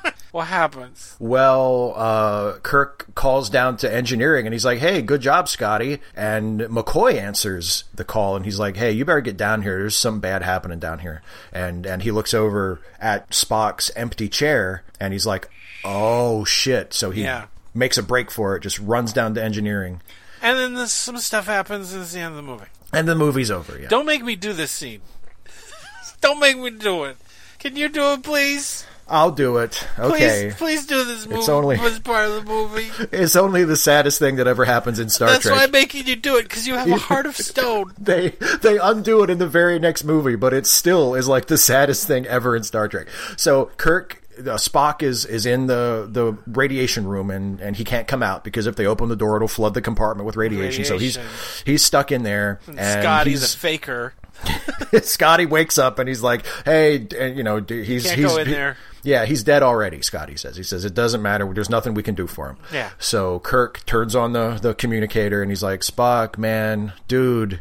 Speaker 5: [laughs] what happens?
Speaker 6: Well, uh, Kirk calls down to engineering and he's like, "Hey, good job, Scotty." And McCoy answers the call and he's like, "Hey, you better get down here. There's something bad happening down here." And and he looks over at Spock's empty chair and he's like, "Oh shit!" So he
Speaker 5: Yeah.
Speaker 6: makes a break for it, just runs down to engineering,
Speaker 5: And then this, some stuff happens, and it's the end of the movie.
Speaker 6: and the movie's over. Yeah.
Speaker 5: Don't make me do this scene. [laughs] Don't make me do it. Can you do it, please?
Speaker 6: I'll do it.
Speaker 5: Please,
Speaker 6: Okay.
Speaker 5: please do this movie.
Speaker 6: only-
Speaker 5: this part of the
Speaker 6: [laughs]
Speaker 5: movie.
Speaker 6: It's only the saddest thing that ever happens in Star
Speaker 5: That's
Speaker 6: Trek.
Speaker 5: why I'm making you do it because you have a heart
Speaker 6: [laughs]
Speaker 5: of stone.
Speaker 6: they they undo it in the very next movie, but it still is like the saddest thing ever in Star Trek. So Kirk. Uh, Spock is, is in the, the radiation room and, and he can't come out because if they open the door it'll flood the compartment with radiation. So he's he's stuck in there. And,
Speaker 5: Scotty's
Speaker 6: he's-
Speaker 5: a faker.
Speaker 6: [laughs] Scotty wakes up and he's like, "Hey, d- and, you know, d- he's
Speaker 5: Can't
Speaker 6: he's
Speaker 5: go in
Speaker 6: he-
Speaker 5: there.
Speaker 6: yeah, he's dead already." Scotty says. He says it doesn't matter. There's nothing we can do for him.
Speaker 5: Yeah.
Speaker 6: So Kirk turns on the the communicator and he's like, "Spock, man, dude."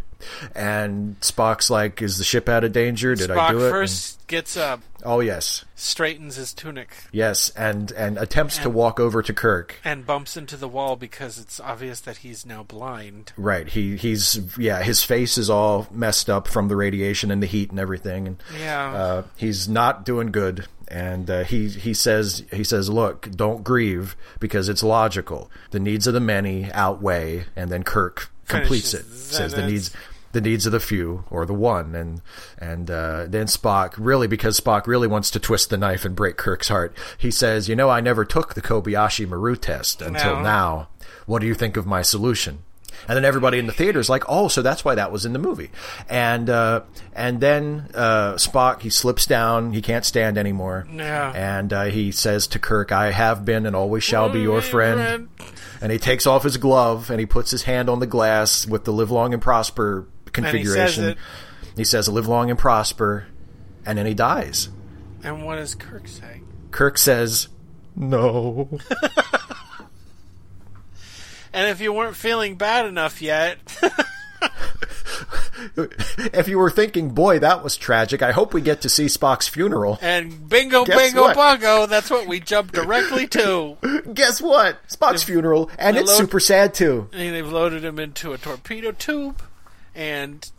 Speaker 6: And Spock's like, "Is the ship out of danger? Did I
Speaker 5: Spock
Speaker 6: do it?"
Speaker 5: first gets up,
Speaker 6: And- oh yes,
Speaker 5: straightens his tunic,
Speaker 6: yes, and and attempts to walk over to Kirk.
Speaker 5: and bumps into the wall because it's obvious that he's now blind.
Speaker 6: Right. He he's yeah, his face is all messed up from the radiation and the heat and everything and
Speaker 5: Yeah.
Speaker 6: uh, he's not doing good and uh, he he says he says, "Look, don't grieve because it's logical. The needs of the many outweigh." And then Kirk completes it.
Speaker 5: Finishes the
Speaker 6: Says the
Speaker 5: sentence.
Speaker 6: needs the needs of the few or the one and and uh, then spock really because spock really wants to twist the knife and break kirk's heart he says you know i never took the kobayashi maru test until
Speaker 5: No.
Speaker 6: now what do you think of my solution And then everybody in the theater is like, "Oh, so that's why that was in the movie." And uh, and then uh, Spock he slips down, he can't stand anymore,
Speaker 5: Yeah.
Speaker 6: and uh, he says to Kirk, "I have been and always shall be
Speaker 5: Mm,
Speaker 6: your friend." And he takes off his glove and he puts his hand on the glass with the "Live long and prosper" configuration.
Speaker 5: it-
Speaker 6: he says "Live long and prosper," and then he dies.
Speaker 5: And what is Kirk saying?
Speaker 6: Kirk says, "No."
Speaker 5: And if you weren't feeling bad enough yet,
Speaker 6: if you were thinking, "Boy, that was tragic," I hope we get to see Spock's funeral.
Speaker 5: and bingo,
Speaker 6: Guess
Speaker 5: bingo,
Speaker 6: what?
Speaker 5: bongo, that's what we
Speaker 6: [laughs]
Speaker 5: jump directly to.
Speaker 6: Guess what? Spock's funeral, and it's
Speaker 5: load-
Speaker 6: super sad too.
Speaker 5: And they've loaded him into a torpedo tube, and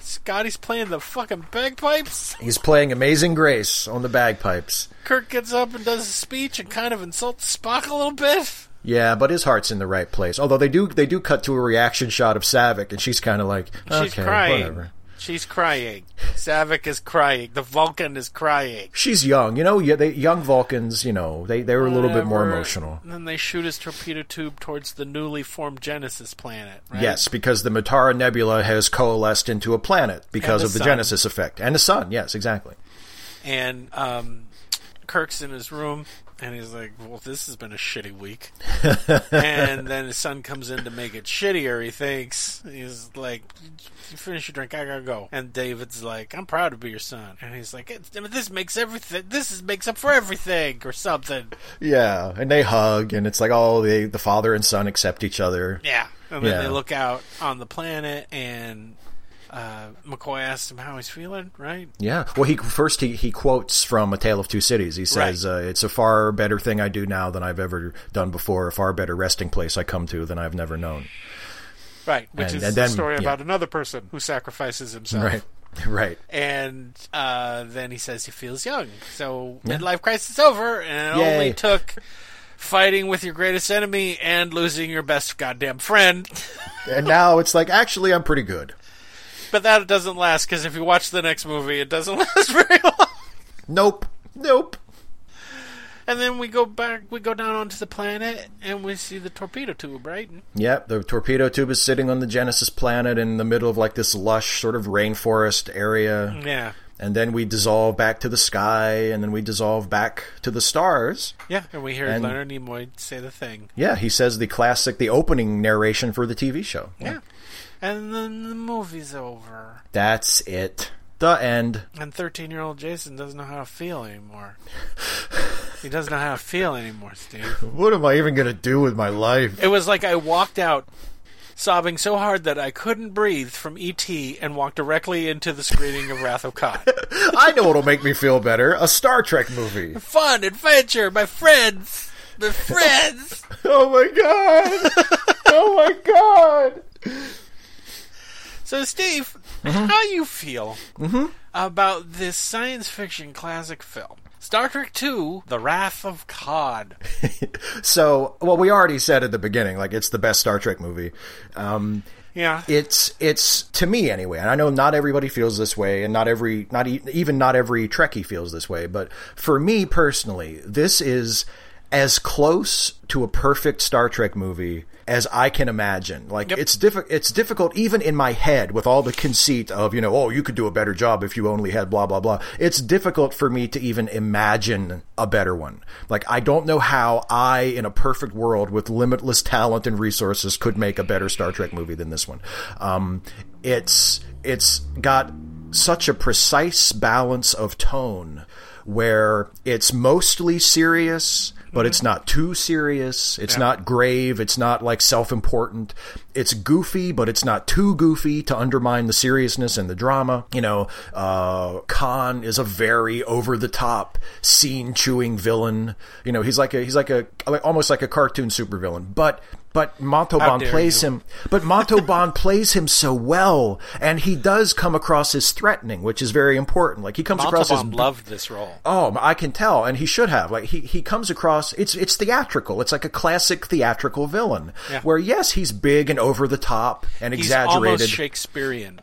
Speaker 5: Scotty's playing the fucking bagpipes.
Speaker 6: He's playing Amazing Grace on the bagpipes.
Speaker 5: Kirk gets up and does a speech and kind of insults Spock a little bit.
Speaker 6: Yeah, but his heart's in the right place. Although they do they do cut to a reaction shot of Savick, and she's kind of like, okay,
Speaker 5: She's crying.
Speaker 6: whatever.
Speaker 5: She's crying. Savik is crying. The Vulcan is crying.
Speaker 6: She's young, you know. Yeah, they, young Vulcans, you know, they they were a little bit more
Speaker 5: Whatever.
Speaker 6: emotional.
Speaker 5: And then they shoot his torpedo tube towards the newly formed Genesis planet. Right?
Speaker 6: Yes, because the Matara Nebula has coalesced into a planet
Speaker 5: And
Speaker 6: because
Speaker 5: the
Speaker 6: of the
Speaker 5: sun.
Speaker 6: Genesis effect and the sun. Yes, exactly.
Speaker 5: and um, Kirk's in his room, and he's like, "Well, this has been a shitty
Speaker 6: [laughs]
Speaker 5: week." and then his son comes in to make it shittier. He thinks he's like, "You finish your drink, I gotta go." And David's like, "I'm proud to be your son," and he's like, "It's- "This makes everything. This is, makes up for everything, or something."
Speaker 6: Yeah, and they hug, and it's like, oh, they, the father and son accept each other.
Speaker 5: Yeah. And then
Speaker 6: Yeah.
Speaker 5: they look out on the planet, and uh, McCoy asks him how he's feeling. Right?
Speaker 6: Yeah. Well, he first he, he quotes from A Tale of Two Cities. He says, uh, "It's a far better thing I do now than I've ever done before. A far better resting place I come to than I've never known."
Speaker 5: Right. Which
Speaker 6: And-
Speaker 5: is
Speaker 6: and
Speaker 5: the
Speaker 6: then-
Speaker 5: story
Speaker 6: yeah.
Speaker 5: about another person who sacrifices himself.
Speaker 6: [laughs] Right. [laughs] Right.
Speaker 5: and uh, then he says he feels young. So midlife crisis over, and it
Speaker 6: Yay.
Speaker 5: only took fighting with your greatest enemy and losing your best goddamn friend.
Speaker 6: And now it's like, actually, I'm pretty good.
Speaker 5: But that doesn't last because if you watch the next movie, it doesn't [laughs] last very long.
Speaker 6: Nope. Nope.
Speaker 5: And then we go back, we go down onto the planet, and we see the torpedo tube, right?
Speaker 6: Yep. The torpedo tube is sitting on the Genesis planet in the middle of like this lush sort of rainforest area.
Speaker 5: Yeah,
Speaker 6: And then we dissolve back to the sky, and then we dissolve back to the stars.
Speaker 5: yeah. And we hear
Speaker 6: And-
Speaker 5: Leonard Nimoy say the thing.
Speaker 6: Yeah, he says the classic, the opening narration for the TV show.
Speaker 5: Yeah, and then the movie's over,
Speaker 6: That's it. The end.
Speaker 5: and thirteen-year-old Jason doesn't know how to feel anymore. he doesn't know how to feel anymore, Steve.
Speaker 6: What am I even going to do with my life?
Speaker 5: It was like I walked out sobbing so hard that I couldn't breathe from ET and walked directly into the screening of Wrath of Khan.
Speaker 6: [laughs] I know what'll make me feel better. A Star Trek movie.
Speaker 5: Fun, adventure, my friends, my friends.
Speaker 6: [laughs] Oh my [laughs] god. Oh my god.
Speaker 5: So, Steve, how you feel about this science fiction classic film? Star Trek II, The Wrath of Khan.
Speaker 6: So, well, we already said at the beginning, like it's the best Star Trek movie. Um,
Speaker 5: Yeah.
Speaker 6: it's it's to me anyway, and I know not everybody feels this way, and not every not e- even not every Trekkie feels this way, but for me personally, this is as close to a perfect Star Trek movie as I can imagine. Like it's diffi- it's difficult even in my head with all the conceit of, you know, oh, you could do a better job if you only had blah blah blah. It's difficult for me to even imagine a better one. Like I don't know how I in a perfect world with limitless talent and resources could make a better Star Trek movie than this one. Um it's it's got such a precise balance of tone where it's mostly serious but it's not too serious it's not grave it's not like self-important it's goofy but it's not too goofy to undermine the seriousness and the drama you know uh, khan is a very over-the-top scene-chewing villain you know he's like a he's like a like, almost like a cartoon supervillain but but Montalban
Speaker 5: dare
Speaker 6: plays
Speaker 5: you.
Speaker 6: him, but Montalban plays him so well, and he does come across as threatening, which is very important. Like he comes across as
Speaker 5: Montalban loved this role.
Speaker 6: Oh, I can tell, and he should have. Like he, he comes across, it's it's theatrical. It's like a classic theatrical villain,
Speaker 5: Yeah.
Speaker 6: where yes, he's big and over the top and
Speaker 5: He's
Speaker 6: exaggerated.
Speaker 5: almost Shakespearean.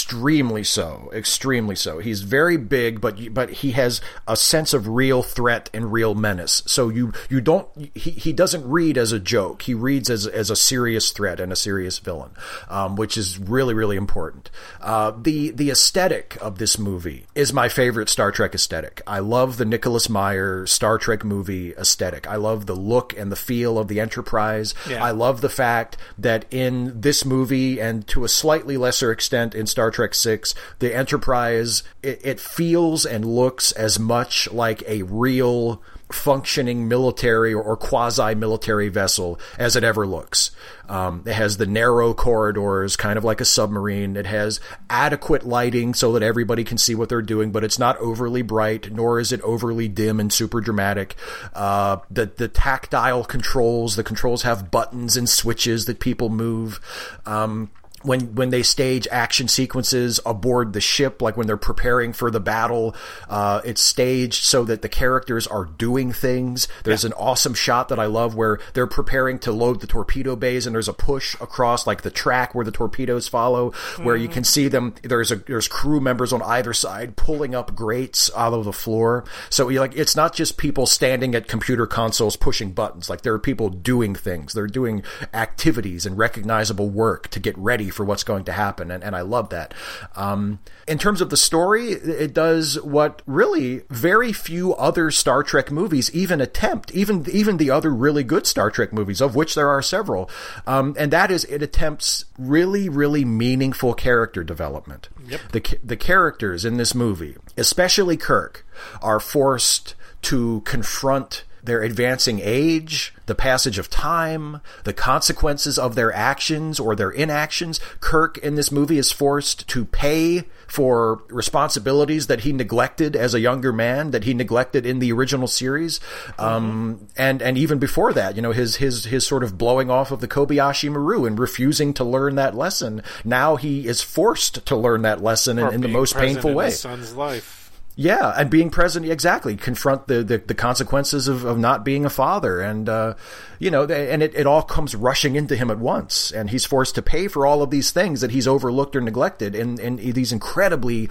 Speaker 6: Extremely so, extremely so. He's very big, but you- but he has a sense of real threat and real menace. So you you don't he, he doesn't read as a joke. He reads as as a serious threat and a serious villain, um, which is really really important. Uh, the the aesthetic of this movie is my favorite Star Trek aesthetic. I love the Nicholas Meyer Star Trek movie aesthetic. I love the look and the feel of the Enterprise.
Speaker 5: Yeah.
Speaker 6: I love the fact that in this movie and to a slightly lesser extent in Star Trek 6, the Enterprise it, it feels and looks as much like a real functioning military or quasi military vessel as it ever looks. Um, it has the narrow corridors, kind of like a submarine. It has adequate lighting so that everybody can see what they're doing, but it's not overly bright, nor is it overly dim and super dramatic. Uh, the the tactile controls, the controls have buttons and switches that people move. Um, when when they stage action sequences aboard the ship, like when they're preparing for the battle, uh, it's staged so that the characters are doing things. There's an awesome shot that I love where they're preparing to load the torpedo bays, and there's a push across like the track where the torpedoes follow, where you can see them. There's a there's crew members on either side pulling up grates out of the floor. So you like it's not just people standing at computer consoles pushing buttons. Like there are people doing things. They're doing activities and recognizable work to get ready for what's going to happen. And, and I love that. Um, in terms of the story, it does what really very few other Star Trek movies even attempt. Even even the other really good Star Trek movies, of which there are several, um, and that is it attempts really really meaningful character development. The ca- the characters in this movie, especially Kirk, are forced to confront their advancing age, the passage of time, the consequences of their actions or their inactions. Kirk in this movie is forced to pay for responsibilities that he neglected as a younger man, that he neglected in the original series, um, and and even before that, you know, his his his sort of blowing off of the Kobayashi Maru and refusing to learn that lesson. Now he is forced to learn that lesson in,
Speaker 5: Or
Speaker 6: in the
Speaker 5: being
Speaker 6: most
Speaker 5: present
Speaker 6: painful
Speaker 5: in
Speaker 6: way.
Speaker 5: His son's life.
Speaker 6: Yeah, and being present exactly confront the the, the consequences of, of not being a father, and uh, you know, they, and it, it all comes rushing into him at once, and he's forced to pay for all of these things that he's overlooked or neglected, in, in these incredibly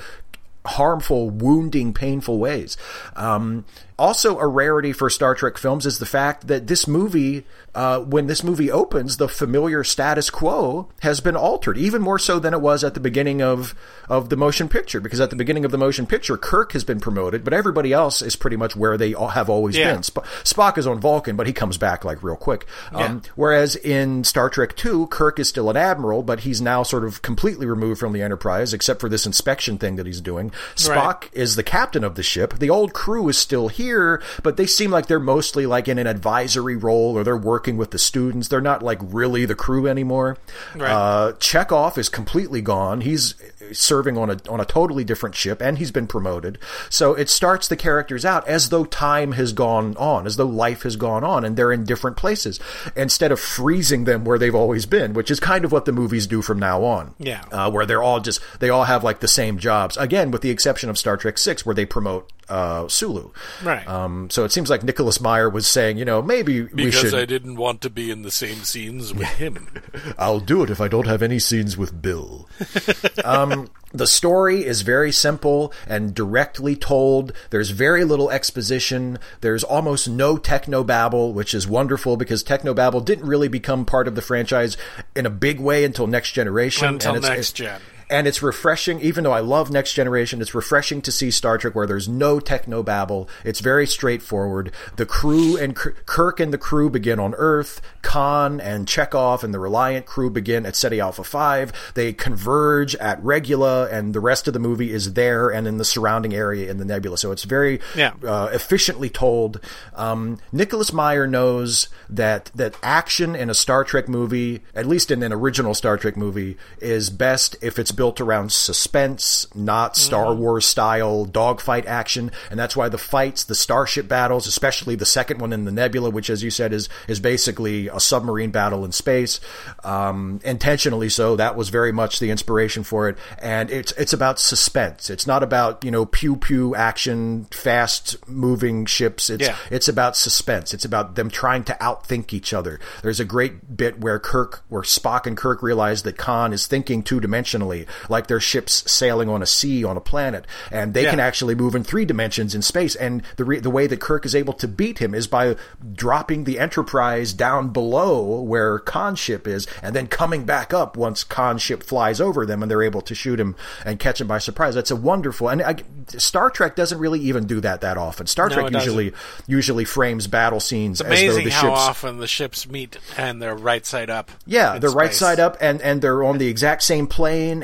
Speaker 6: harmful, wounding, painful ways. Um, also, a rarity for Star Trek films is the fact that this movie, uh, when this movie opens, the familiar status quo has been altered, even more so than it was at the beginning of of the motion picture. Because at the beginning of the motion picture, Kirk has been promoted, but everybody else is pretty much where they all have always
Speaker 5: Yeah.
Speaker 6: been. Sp- Spock is on Vulcan, but he comes back like real quick. Um, Whereas in Star Trek Two, Kirk is still an admiral, but he's now sort of completely removed from the Enterprise, except for this inspection thing that he's doing. Spock is the captain of the ship. The old crew is still here, but they seem like they're mostly like in an advisory role or they're working with the students. They're not like really the crew anymore.
Speaker 5: Right.
Speaker 6: Uh, Chekhov is completely gone. He's serving on a on a totally different ship, and he's been promoted. So it starts the characters out as though time has gone on, as though life has gone on, and they're in different places instead of freezing them where they've always been, which is kind of what the movies do from now on.
Speaker 5: Yeah.
Speaker 6: uh, where they're all just they all have like the same jobs again, with the exception of Star Trek Six, where they promote uh, Sulu.
Speaker 5: Right.
Speaker 6: Um, so it seems like Nicholas Meyer was saying, you know, maybe we
Speaker 5: Because
Speaker 6: should.
Speaker 5: I didn't want to be in the same scenes with him.
Speaker 6: [laughs] I'll do it if I don't have any scenes with Bill. um, the story is very simple and directly told. There's very little exposition. There's almost no technobabble, which is wonderful because technobabble didn't really become part of the franchise in a big way until Next Generation.
Speaker 5: Until
Speaker 6: and it's-
Speaker 5: next
Speaker 6: it's-
Speaker 5: gen.
Speaker 6: and it's refreshing, even though I love Next Generation, it's refreshing to see Star Trek where there's no techno babble. It's very straightforward. The crew and K- Kirk and the crew begin on Earth. Khan and Chekhov and the Reliant crew begin at SETI Alpha 5. They converge at Regula, and the rest of the movie is there and in the surrounding area in the nebula. So it's very
Speaker 5: Yeah.
Speaker 6: uh, efficiently told. Um, Nicholas Meyer knows that that action in a Star Trek movie, at least in an original Star Trek movie, is best if it's built around suspense, not Star Wars style dogfight action. And that's why the fights, the starship battles, especially the second one in the Nebula, which, as you said, is is basically a submarine battle in space, um, intentionally so. That was very much the inspiration for it, and it's it's about suspense. It's not about you know pew pew action, fast moving ships. It's
Speaker 5: Yeah.
Speaker 6: it's about suspense. It's about them trying to outthink each other. There's a great bit where Kirk, where Spock and Kirk realize that Khan is thinking two dimensionally, like their ships sailing on a sea on a planet, and they
Speaker 5: Yeah.
Speaker 6: can actually move in three dimensions in space. And the re- the way that Kirk is able to beat him is by dropping the Enterprise down below where Khan's ship is, and then coming back up once Khan's ship flies over them, and they're able to shoot him and catch him by surprise. That's a wonderful. And I, Star Trek doesn't really even do that that often. Star
Speaker 5: No,
Speaker 6: Trek
Speaker 5: Oh, it doesn't.
Speaker 6: usually usually frames battle scenes
Speaker 5: It's
Speaker 6: as though
Speaker 5: amazing
Speaker 6: the
Speaker 5: how
Speaker 6: ships.
Speaker 5: often the ships meet and they're right side up.
Speaker 6: Yeah,
Speaker 5: in
Speaker 6: they're right
Speaker 5: space.
Speaker 6: side up, and, and they're on the exact same plane,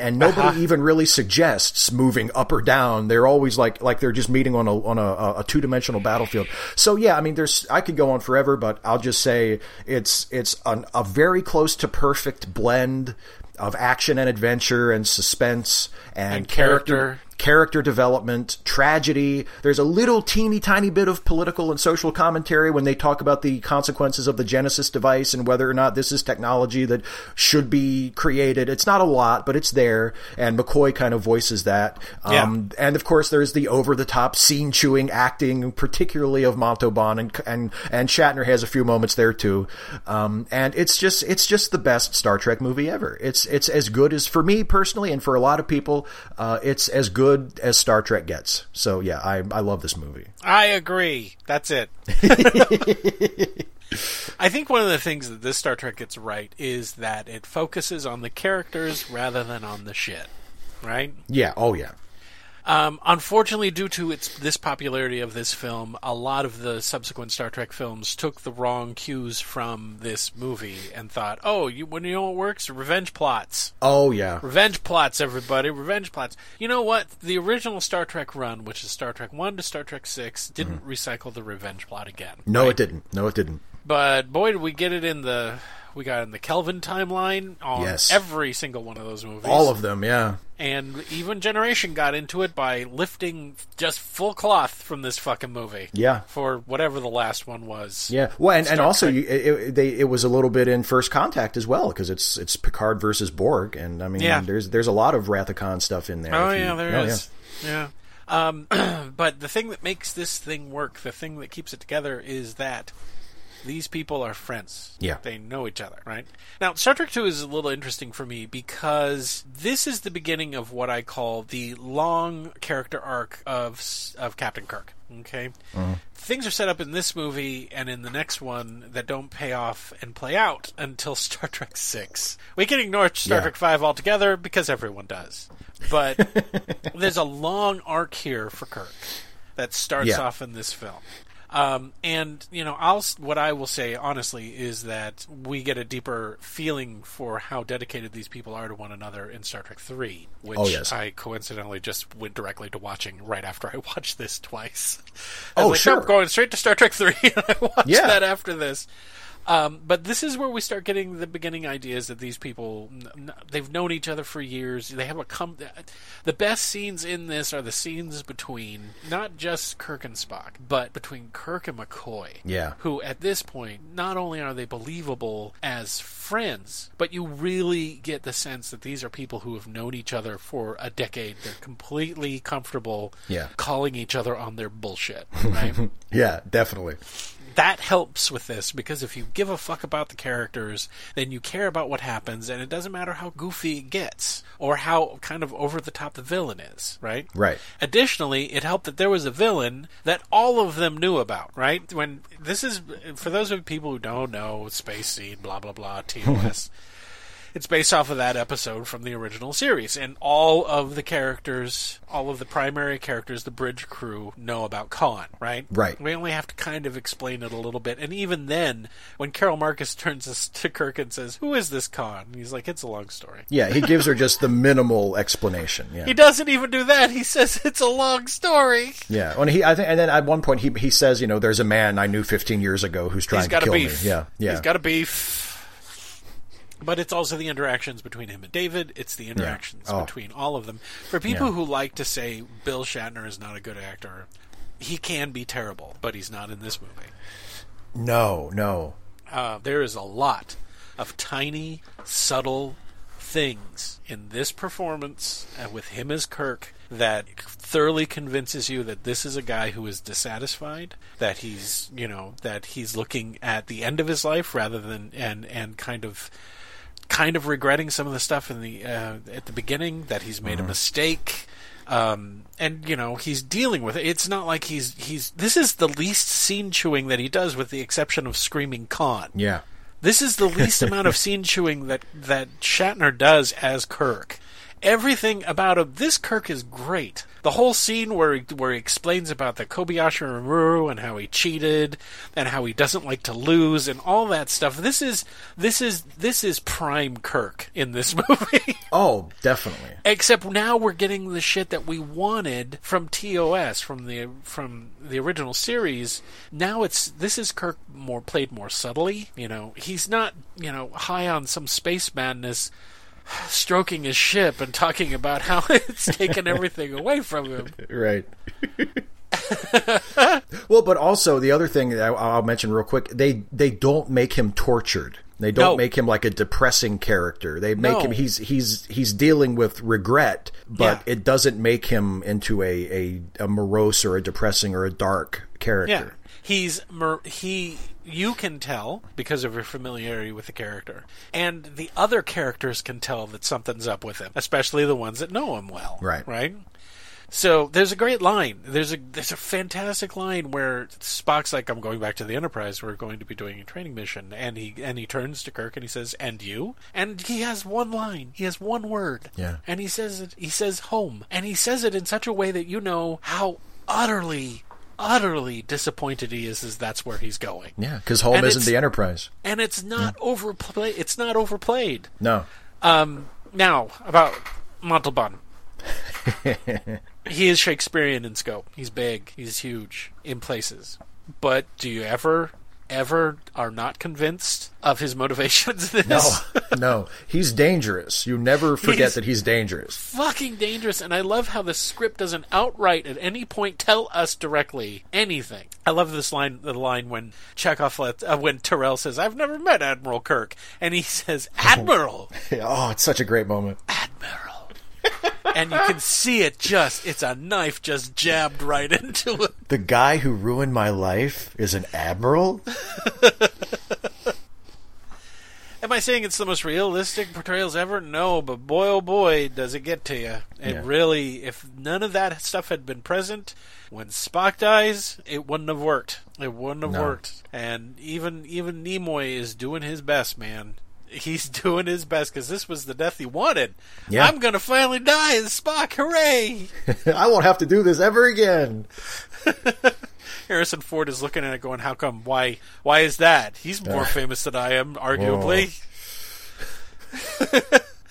Speaker 5: [laughs]
Speaker 6: and nobody even really suggests moving up or down. They're always like like they're just meeting on a on a, a two dimensional battlefield. So yeah, I mean, there's I could go on forever, but I'll just say it's it's an, a very close to perfect blend of action and adventure and suspense and,
Speaker 5: And
Speaker 6: character
Speaker 5: character.
Speaker 6: character development, tragedy. There's a little teeny tiny bit of political and social commentary when they talk about the consequences of the Genesis device and whether or not this is technology that should be created. It's not a lot, but it's there. And McCoy kind of voices that.
Speaker 5: Yeah.
Speaker 6: Um, and of course, there's the over the top scene chewing acting, particularly of Montalban and and and Shatner has a few moments there too. Um, and it's just it's just the best Star Trek movie ever. It's it's as good as for me personally, and for a lot of people, uh, it's as good as Star Trek gets. So yeah, I I love this movie.
Speaker 5: I agree. That's
Speaker 6: [laughs]
Speaker 5: it. I think one of the things that this Star Trek gets right is that it focuses on the characters rather than on the shit. Right?
Speaker 6: Yeah. Oh yeah.
Speaker 5: Um, unfortunately, due to its this popularity of this film, a lot of the subsequent Star Trek films took the wrong cues from this movie and thought, "Oh, you, when you know what works, revenge plots,
Speaker 6: Oh yeah.
Speaker 5: revenge plots, everybody, revenge plots." You know what? The original Star Trek run, which is Star Trek One to Star Trek Six, didn't
Speaker 6: Mm-hmm.
Speaker 5: recycle the revenge plot again.
Speaker 6: No, it didn't. No, it didn't.
Speaker 5: But boy, did we get it in the we got it in the Kelvin timeline on
Speaker 6: Yes.
Speaker 5: every single one of those movies
Speaker 6: All of them. Yeah.
Speaker 5: and even Generation got into it by lifting just full cloth from this fucking movie.
Speaker 6: Yeah.
Speaker 5: For whatever the last one was.
Speaker 6: Yeah, well, and, and also you, it, it, they it was a little bit in First Contact as well because it's it's Picard versus Borg, and I mean,
Speaker 5: Yeah.
Speaker 6: there's there's a lot of Wrath of Khan stuff in there.
Speaker 5: Oh
Speaker 6: if you-
Speaker 5: yeah, there
Speaker 6: oh,
Speaker 5: is. Yeah. Um, [clears throat] but the thing that makes this thing work, the thing that keeps it together, is that these people are friends.
Speaker 6: Yeah.
Speaker 5: They know each other, right? Now, Star Trek Two is a little interesting for me because this is the beginning of what I call the long character arc of s- of Captain Kirk. Okay. Things are set up in this movie and in the next one that don't pay off and play out until Star Trek Six. We can ignore Star
Speaker 6: Yeah.
Speaker 5: Trek Five altogether because everyone does. But there's a long arc here for Kirk that starts
Speaker 6: Yeah.
Speaker 5: off in this film. Um, and you know, I'll s- what I will say honestly is that we get a deeper feeling for how dedicated these people are to one another in Star Trek Three, which
Speaker 6: Oh, yes.
Speaker 5: I coincidentally just went directly to watching right after I [laughs] watched this twice. I
Speaker 6: Oh,
Speaker 5: was like, "Nope,
Speaker 6: sure.
Speaker 5: going straight to Star Trek Three, [laughs] and I watched
Speaker 6: Yeah.
Speaker 5: that after this. Um, but this is where we start getting the beginning ideas that these people n- n- they've known each other for years. They have a com- the best scenes in this are the scenes between not just Kirk and Spock, but between Kirk and McCoy.
Speaker 6: Yeah.
Speaker 5: Who at this point not only are they believable as friends, but you really get the sense that these are people who have known each other for a decade. They're completely comfortable
Speaker 6: Yeah.
Speaker 5: calling each other on their
Speaker 6: [laughs]
Speaker 5: bullshit, right?
Speaker 6: yeah, yeah, definitely.
Speaker 5: that helps with this because if you give a fuck about the characters, then you care about what happens, and it doesn't matter how goofy it gets or how kind of over the top the villain is, right?
Speaker 6: Right.
Speaker 5: Additionally, it helped that there was a villain that all of them knew about, right? When this is for those of people who don't know space seed, blah blah blah, TOS. It's based off of that episode from the original series, and all of the characters, all of the primary characters, the bridge crew know about Khan, right?
Speaker 6: Right.
Speaker 5: We only have to kind of explain it a little bit, and even then, when Carol Marcus [laughs] turns us to Kirk and says, "Who is this Khan?" And he's like, "It's a long story."
Speaker 6: Yeah, he gives her just the minimal explanation. Yeah,
Speaker 5: He doesn't even do that. He says, "It's a long story."
Speaker 6: yeah. And he, I think, and then at one point he he says, you know, there's a man I knew 15 years ago who's trying
Speaker 5: He's
Speaker 6: to
Speaker 5: got a
Speaker 6: kill
Speaker 5: beef.
Speaker 6: me. Yeah, yeah.
Speaker 5: He's got a beef. But it's also the interactions between him and David. It's the interactions
Speaker 6: Oh.
Speaker 5: between all of them. For people
Speaker 6: Yeah.
Speaker 5: who like to say Bill Shatner is not a good actor, he can be terrible, but he's not in this movie.
Speaker 6: no, no.
Speaker 5: Uh, there is a lot of tiny, subtle things in this performance uh, with him as Kirk that thoroughly convinces you that this is a guy who is dissatisfied, that he's, you know, that he's looking at the end of his life rather than and and kind of kind of regretting some of the stuff in the uh, at the beginning that he's made a mistake. Um, and you know he's dealing with it. It's not like he's he's. This is the least scene chewing that he does, with the exception of screaming Khan.
Speaker 6: Yeah.
Speaker 5: This is the least amount of scene chewing that that Shatner does as Kirk. Everything about him, this Kirk is great. The whole scene where he, where he explains about the Kobayashi Maru and how he cheated and how he doesn't like to lose and all that stuff. This is this is this is prime Kirk in this [laughs] movie.
Speaker 6: Oh, definitely.
Speaker 5: Except now we're getting the shit that we wanted from TOS from the from the original series. Now it's this is Kirk more played more subtly. You know, he's not you know high on some space madness, [sighs] stroking his ship and talking about how [laughs] it's taken everything away from him.
Speaker 6: Right. [laughs] well, but also the other thing that I, I'll mention real quick they they don't make him tortured. They don't
Speaker 5: No.
Speaker 6: make him like a depressing character. They make
Speaker 5: No.
Speaker 6: him he's he's he's dealing with regret, but
Speaker 5: Yeah.
Speaker 6: it doesn't make him into a, a a morose or a depressing or a dark
Speaker 5: Yeah,
Speaker 6: character.
Speaker 5: he's mer- he. You can tell because of your familiarity with the character, and the other characters can tell that something's up with him, especially the ones that know him well.
Speaker 6: Right.
Speaker 5: Right. So there's a great line. There's a there's a fantastic line where Spock's like, "I'm going back to the Enterprise. We're going to be doing a training mission." And he and he turns to Kirk and he says, "And you?" And he has one line. He has one word.
Speaker 6: Yeah.
Speaker 5: And he says it. He says home. And he says it in such a way that you know how utterly, utterly disappointed he is. Is that's where he's going.
Speaker 6: Yeah, because home
Speaker 5: And
Speaker 6: isn't
Speaker 5: it's-
Speaker 6: the Enterprise.
Speaker 5: And it's not overplay. It's not overplayed.
Speaker 6: No.
Speaker 5: Um, now about
Speaker 6: [laughs]
Speaker 5: Montalban. he is Shakespearean in scope. He's big. He's huge in places. But do you ever, ever are not convinced of his motivations? in
Speaker 6: No,
Speaker 4: [laughs]
Speaker 5: This
Speaker 6: Oh, no, he's dangerous. You never forget
Speaker 5: He's-
Speaker 6: that he's
Speaker 4: [laughs]
Speaker 6: dangerous.
Speaker 5: fucking dangerous, and I love how the script doesn't outright at any point tell us directly anything. I love this line, the line when Chekhov, let, uh, when Terrell says, "I've never met Admiral Kirk," and he [laughs] says, [laughs] "Admiral."
Speaker 6: Oh, it's such a great moment.
Speaker 5: Admiral. and you can see it just, it's a knife just jabbed right [laughs] into it.
Speaker 4: The guy who ruined my life is an admiral?
Speaker 5: Am I saying it's the most realistic portrayals ever? No, but boy, oh boy, does it get to you. It
Speaker 6: Yeah.
Speaker 5: really, if none of that stuff had been present, when Spock dies, it wouldn't have worked. It wouldn't have
Speaker 6: No.
Speaker 5: worked. And even even Nimoy is doing his best, man. He's [laughs] doing his best because this was the death he wanted.
Speaker 6: Yeah.
Speaker 5: I'm gonna finally die as Spock! Hooray!
Speaker 6: I won't have to do this ever again.
Speaker 5: Harrison Ford is looking at it going, How come? Why why is that? He's more famous than I am, arguably.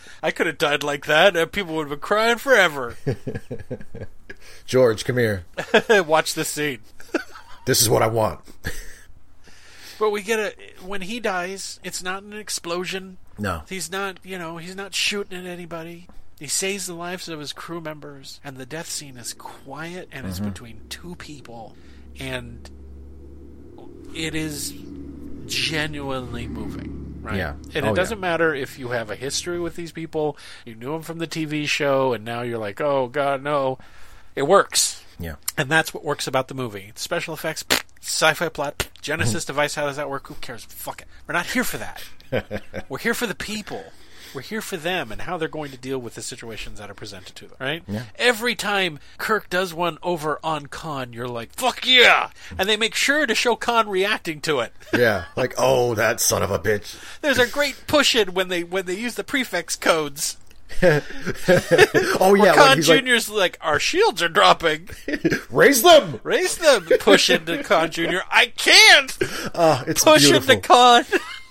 Speaker 5: [laughs] I could have died like that, and people would have been crying forever.
Speaker 6: George, come here.
Speaker 5: Watch this scene.
Speaker 6: This is what I want.
Speaker 5: But we get a when he dies, it's not an explosion.
Speaker 6: No.
Speaker 5: He's not you know, he's not shooting at anybody. He saves the lives of his crew members and the death scene is quiet and
Speaker 6: Mm-hmm.
Speaker 5: it's between two people and it is genuinely moving. Right.
Speaker 6: Yeah.
Speaker 5: And
Speaker 6: Oh, yeah.
Speaker 5: it doesn't matter if you have a history with these people, you knew them from the TV show, and now you're like, oh, God, no. It works.
Speaker 6: Yeah.
Speaker 5: And that's what works about the movie. Special effects, sci-fi plot, Genesis device. How does that work? Who cares? Fuck it. We're not here for that.
Speaker 6: [laughs]
Speaker 5: We're here for the people. We're here for them and how they're going to deal with the situations that are presented to them. Right? Every time Kirk does one over on Khan, you're like, "Fuck yeah!" And they make sure to show Khan reacting to it. [laughs]
Speaker 6: Yeah. Like, oh, that son of a bitch.
Speaker 5: There's a great push in when they when they use the prefix codes.
Speaker 6: Oh, yeah. when
Speaker 5: Khan
Speaker 6: he's like,
Speaker 5: Junior's like, "Our shields are dropping.
Speaker 6: raise them.
Speaker 5: Raise them." Push into
Speaker 6: [laughs]
Speaker 5: Khan Junior. I can't.
Speaker 6: Oh, it's
Speaker 5: push
Speaker 6: beautiful.
Speaker 5: into con.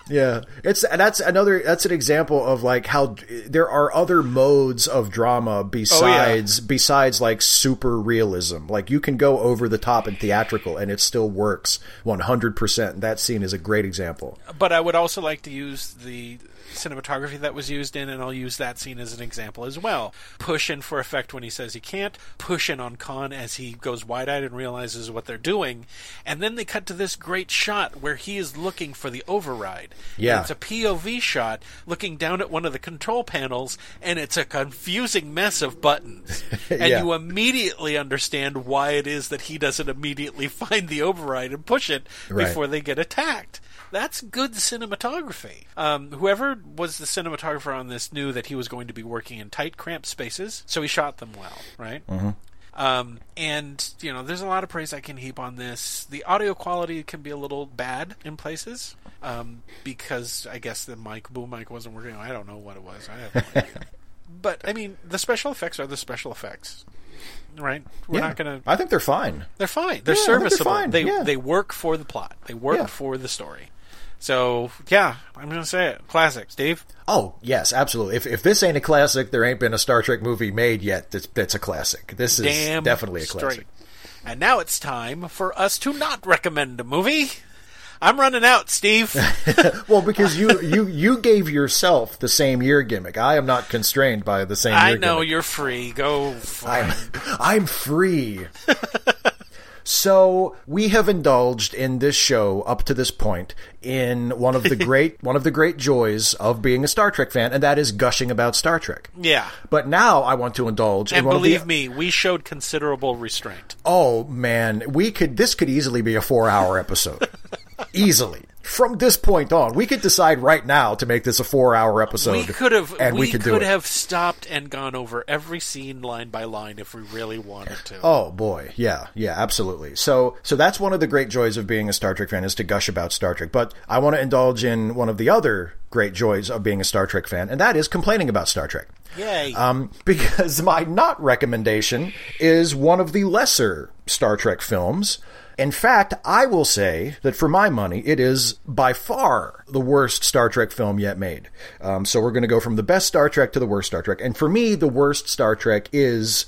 Speaker 6: Yeah, it's and that's another that's an example of like how there are other modes of
Speaker 5: Oh,
Speaker 6: drama besides besides like super realism. Like you can go over the top and theatrical, and it still works one hundred percent. That scene is a great example.
Speaker 5: [laughs] but I would also like to use the cinematography that was used in, and I'll use that scene as an example as well. Push in for effect when he says he can't. Push in on Khan as he goes wide eyed and realizes what they're doing. And then they cut to this great shot where he is looking for the override. And
Speaker 6: Yeah.
Speaker 5: it's a POV shot looking down at one of the control panels, and it's a confusing mess of
Speaker 6: [laughs]
Speaker 5: buttons. And
Speaker 6: Yeah.
Speaker 5: you immediately understand [laughs] why it is that he doesn't immediately find the override and push it
Speaker 6: Right.
Speaker 5: before they get attacked. That's good cinematography. Um, whoever was the cinematographer on this knew that he was going to be working in tight, cramped spaces, so he shot them well, right? Mm-hmm. Um, and you know, there's a lot of praise I can heap on this. The audio quality can be a little bad in places um, because I guess the mic, boom mic, wasn't working. I don't know what it was. I have no idea. But I mean, the special effects are the special effects, right? We're
Speaker 6: Yeah.
Speaker 5: not gonna.
Speaker 6: I think they're fine.
Speaker 5: They're fine. They're
Speaker 6: Yeah, I think they're
Speaker 5: serviceable.
Speaker 6: fine,
Speaker 5: They
Speaker 6: yeah.
Speaker 5: they work for the plot. They work
Speaker 6: Yeah.
Speaker 5: for the story. So yeah, I'm gonna say it. Classic, Steve.
Speaker 6: Oh yes, absolutely. If if this ain't a classic, there ain't been a Star Trek movie made yet that's, that's a classic. This is
Speaker 5: Damn,
Speaker 6: definitely a classic.
Speaker 5: straight. And now it's time for us to not recommend a movie. I'm running out,
Speaker 6: [laughs]
Speaker 5: Steve.
Speaker 6: Well, because you you you gave yourself the same year gimmick. I am not constrained by the same.
Speaker 5: I
Speaker 6: year
Speaker 5: know
Speaker 6: gimmick.
Speaker 5: you're free. Go. For
Speaker 6: I'm, I'm free. so we have indulged in this show up to this point in one
Speaker 5: [laughs]
Speaker 6: of the great one of the great joys of being a Star Trek fan, and that is gushing about Star Trek.
Speaker 5: Yeah.
Speaker 6: But now I want to indulge in
Speaker 5: And
Speaker 6: one
Speaker 5: believe
Speaker 6: of
Speaker 5: me,
Speaker 6: the,
Speaker 5: we showed considerable restraint.
Speaker 6: Oh man, we could this could easily be a four
Speaker 5: [laughs]
Speaker 6: hour episode. easily. From this point on, we could decide right now to make this a four hour episode.
Speaker 5: we could have
Speaker 6: and we, could, do it.
Speaker 5: have stopped and gone over every scene line by line if we really wanted to.
Speaker 6: Oh boy, yeah, yeah, absolutely. So, so that's one of the great joys of being a Star Trek fan is to gush about Star Trek. But I want to indulge in one of the other great joys of being a Star Trek fan, and that is complaining about Star Trek.
Speaker 5: Yay.
Speaker 6: Um, because my not recommendation is one of the lesser Star Trek films. In fact, I will say that for my money, it is by far the worst Star Trek film yet made. Um, so we're going to go from the best Star Trek to the worst Star Trek. And for me, the worst Star Trek is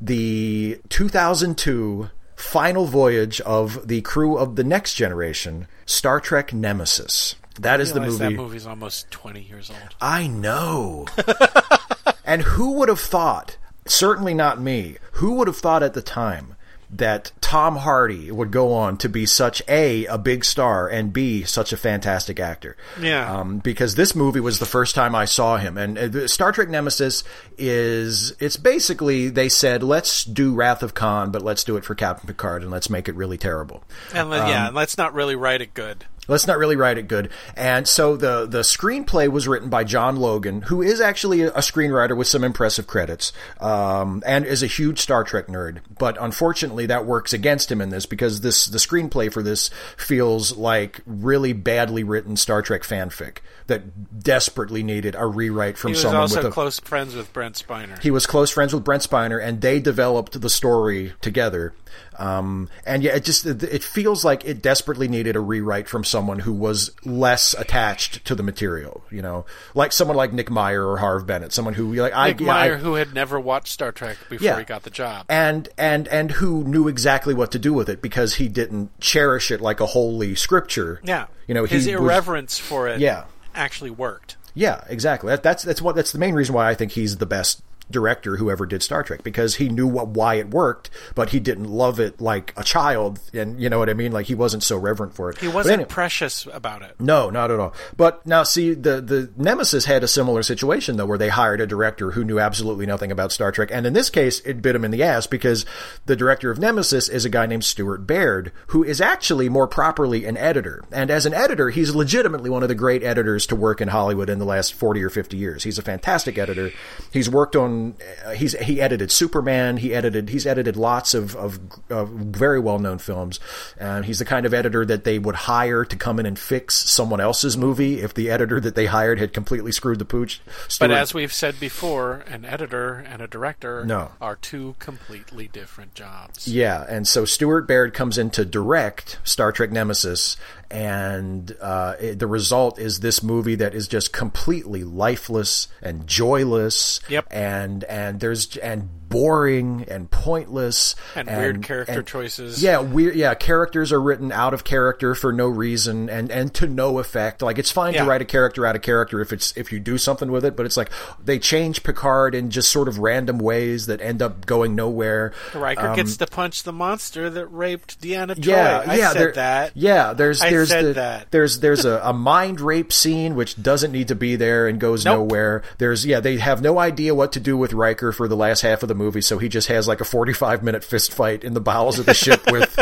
Speaker 6: the 2002 final voyage of the crew of the next generation, Star Trek Nemesis. That is the
Speaker 5: Realize
Speaker 6: movie.
Speaker 5: That movie's almost 20 years old.
Speaker 6: I know. and who would have thought, certainly not me, who would have thought at the time that Tom Hardy would go on to be such A, a big star, and B, such a fantastic actor?
Speaker 5: Yeah.
Speaker 6: Um, because this movie was the first time I saw him. And uh, the- Star Trek Nemesis is it's basically they said let's do Wrath of Khan, but let's do it for Captain Picard and let's make it really terrible.
Speaker 5: And let-
Speaker 6: Um,
Speaker 5: yeah, and let's not really write it good.
Speaker 6: Let's not really write it good. And so the the screenplay was written by John Logan, who is actually a screenwriter with some impressive credits, um, and is a huge Star Trek nerd. But unfortunately, that works against him in this because this the screenplay for this feels like really badly written Star Trek fanfic that desperately needed a rewrite from
Speaker 5: He was
Speaker 6: someone
Speaker 5: also
Speaker 6: with a
Speaker 5: close friends with Brent Spiner.
Speaker 6: he was close friends with Brent Spiner, and they developed the story together. Um, and yeah, it just it, it feels like it desperately needed a rewrite from someone who was less attached to the material. You know, like someone like Nick Meyer or Harv Bennett, someone who like I,
Speaker 5: Nick
Speaker 6: yeah, I-
Speaker 5: Meyer, who had never watched Star Trek before
Speaker 6: Yeah.
Speaker 5: he got the job.
Speaker 6: and and and who knew exactly what to do with it because he didn't cherish it like a holy scripture.
Speaker 5: yeah.
Speaker 6: you know,
Speaker 5: his
Speaker 6: he was-
Speaker 5: irreverence for it
Speaker 6: Yeah.
Speaker 5: actually worked.
Speaker 6: Yeah, exactly. That, that's that's what that's the main reason why I think he's the best director who ever did Star Trek because he knew what why it worked, but he didn't love it like a child, and you know what I mean. Like he wasn't so reverent for it.
Speaker 5: He wasn't
Speaker 6: anyway-
Speaker 5: precious about it.
Speaker 6: no, not at all. But now, see, the the Nemesis had a similar situation though, where they hired a director who knew absolutely nothing about Star Trek, and in this case, it bit him in the ass because the director of Nemesis is a guy named Stuart Baird, who is actually more properly an editor, and as an editor, he's legitimately one of the great editors to work in Hollywood in the last forty or fifty years. He's a fantastic editor. He's worked on, uh, he's he edited Superman. He edited, he's edited lots of of, of very well known films, and he's the kind of editor that they would hire to come in and fix someone else's movie if the editor that they hired had completely screwed the pooch.
Speaker 5: But
Speaker 6: Stuart-
Speaker 5: as we've said before, an editor and a director
Speaker 6: No.
Speaker 5: are two completely different jobs.
Speaker 6: yeah, and so Stuart Baird comes in to direct Star Trek Nemesis, and uh, it- the result is this movie that is just completely lifeless and joyless.
Speaker 5: Yep.
Speaker 6: and and there's and boring and pointless
Speaker 5: And weird character choices.
Speaker 6: Yeah, weird. Yeah, characters are written out of character for no reason and and to no effect. Like it's fine
Speaker 5: Yeah.
Speaker 6: to write a character out of character if it's if you do something with it, but it's like they change Picard in just sort of random ways that end up going nowhere.
Speaker 5: Riker
Speaker 6: Um,
Speaker 5: gets to punch the monster that raped Deanna Troy.
Speaker 6: yeah,
Speaker 5: I
Speaker 6: yeah, there-
Speaker 5: said that.
Speaker 6: Yeah, there's
Speaker 5: I
Speaker 6: there's
Speaker 5: said
Speaker 6: the,
Speaker 5: that.
Speaker 6: there's there's a, a mind rape scene which doesn't need to be there and goes
Speaker 5: Nope.
Speaker 6: nowhere. There's yeah, they have no idea what to do with Riker for the last
Speaker 5: [laughs]
Speaker 6: half of the movie, so he just has like a 45 minute fist fight in the bowels of the ship with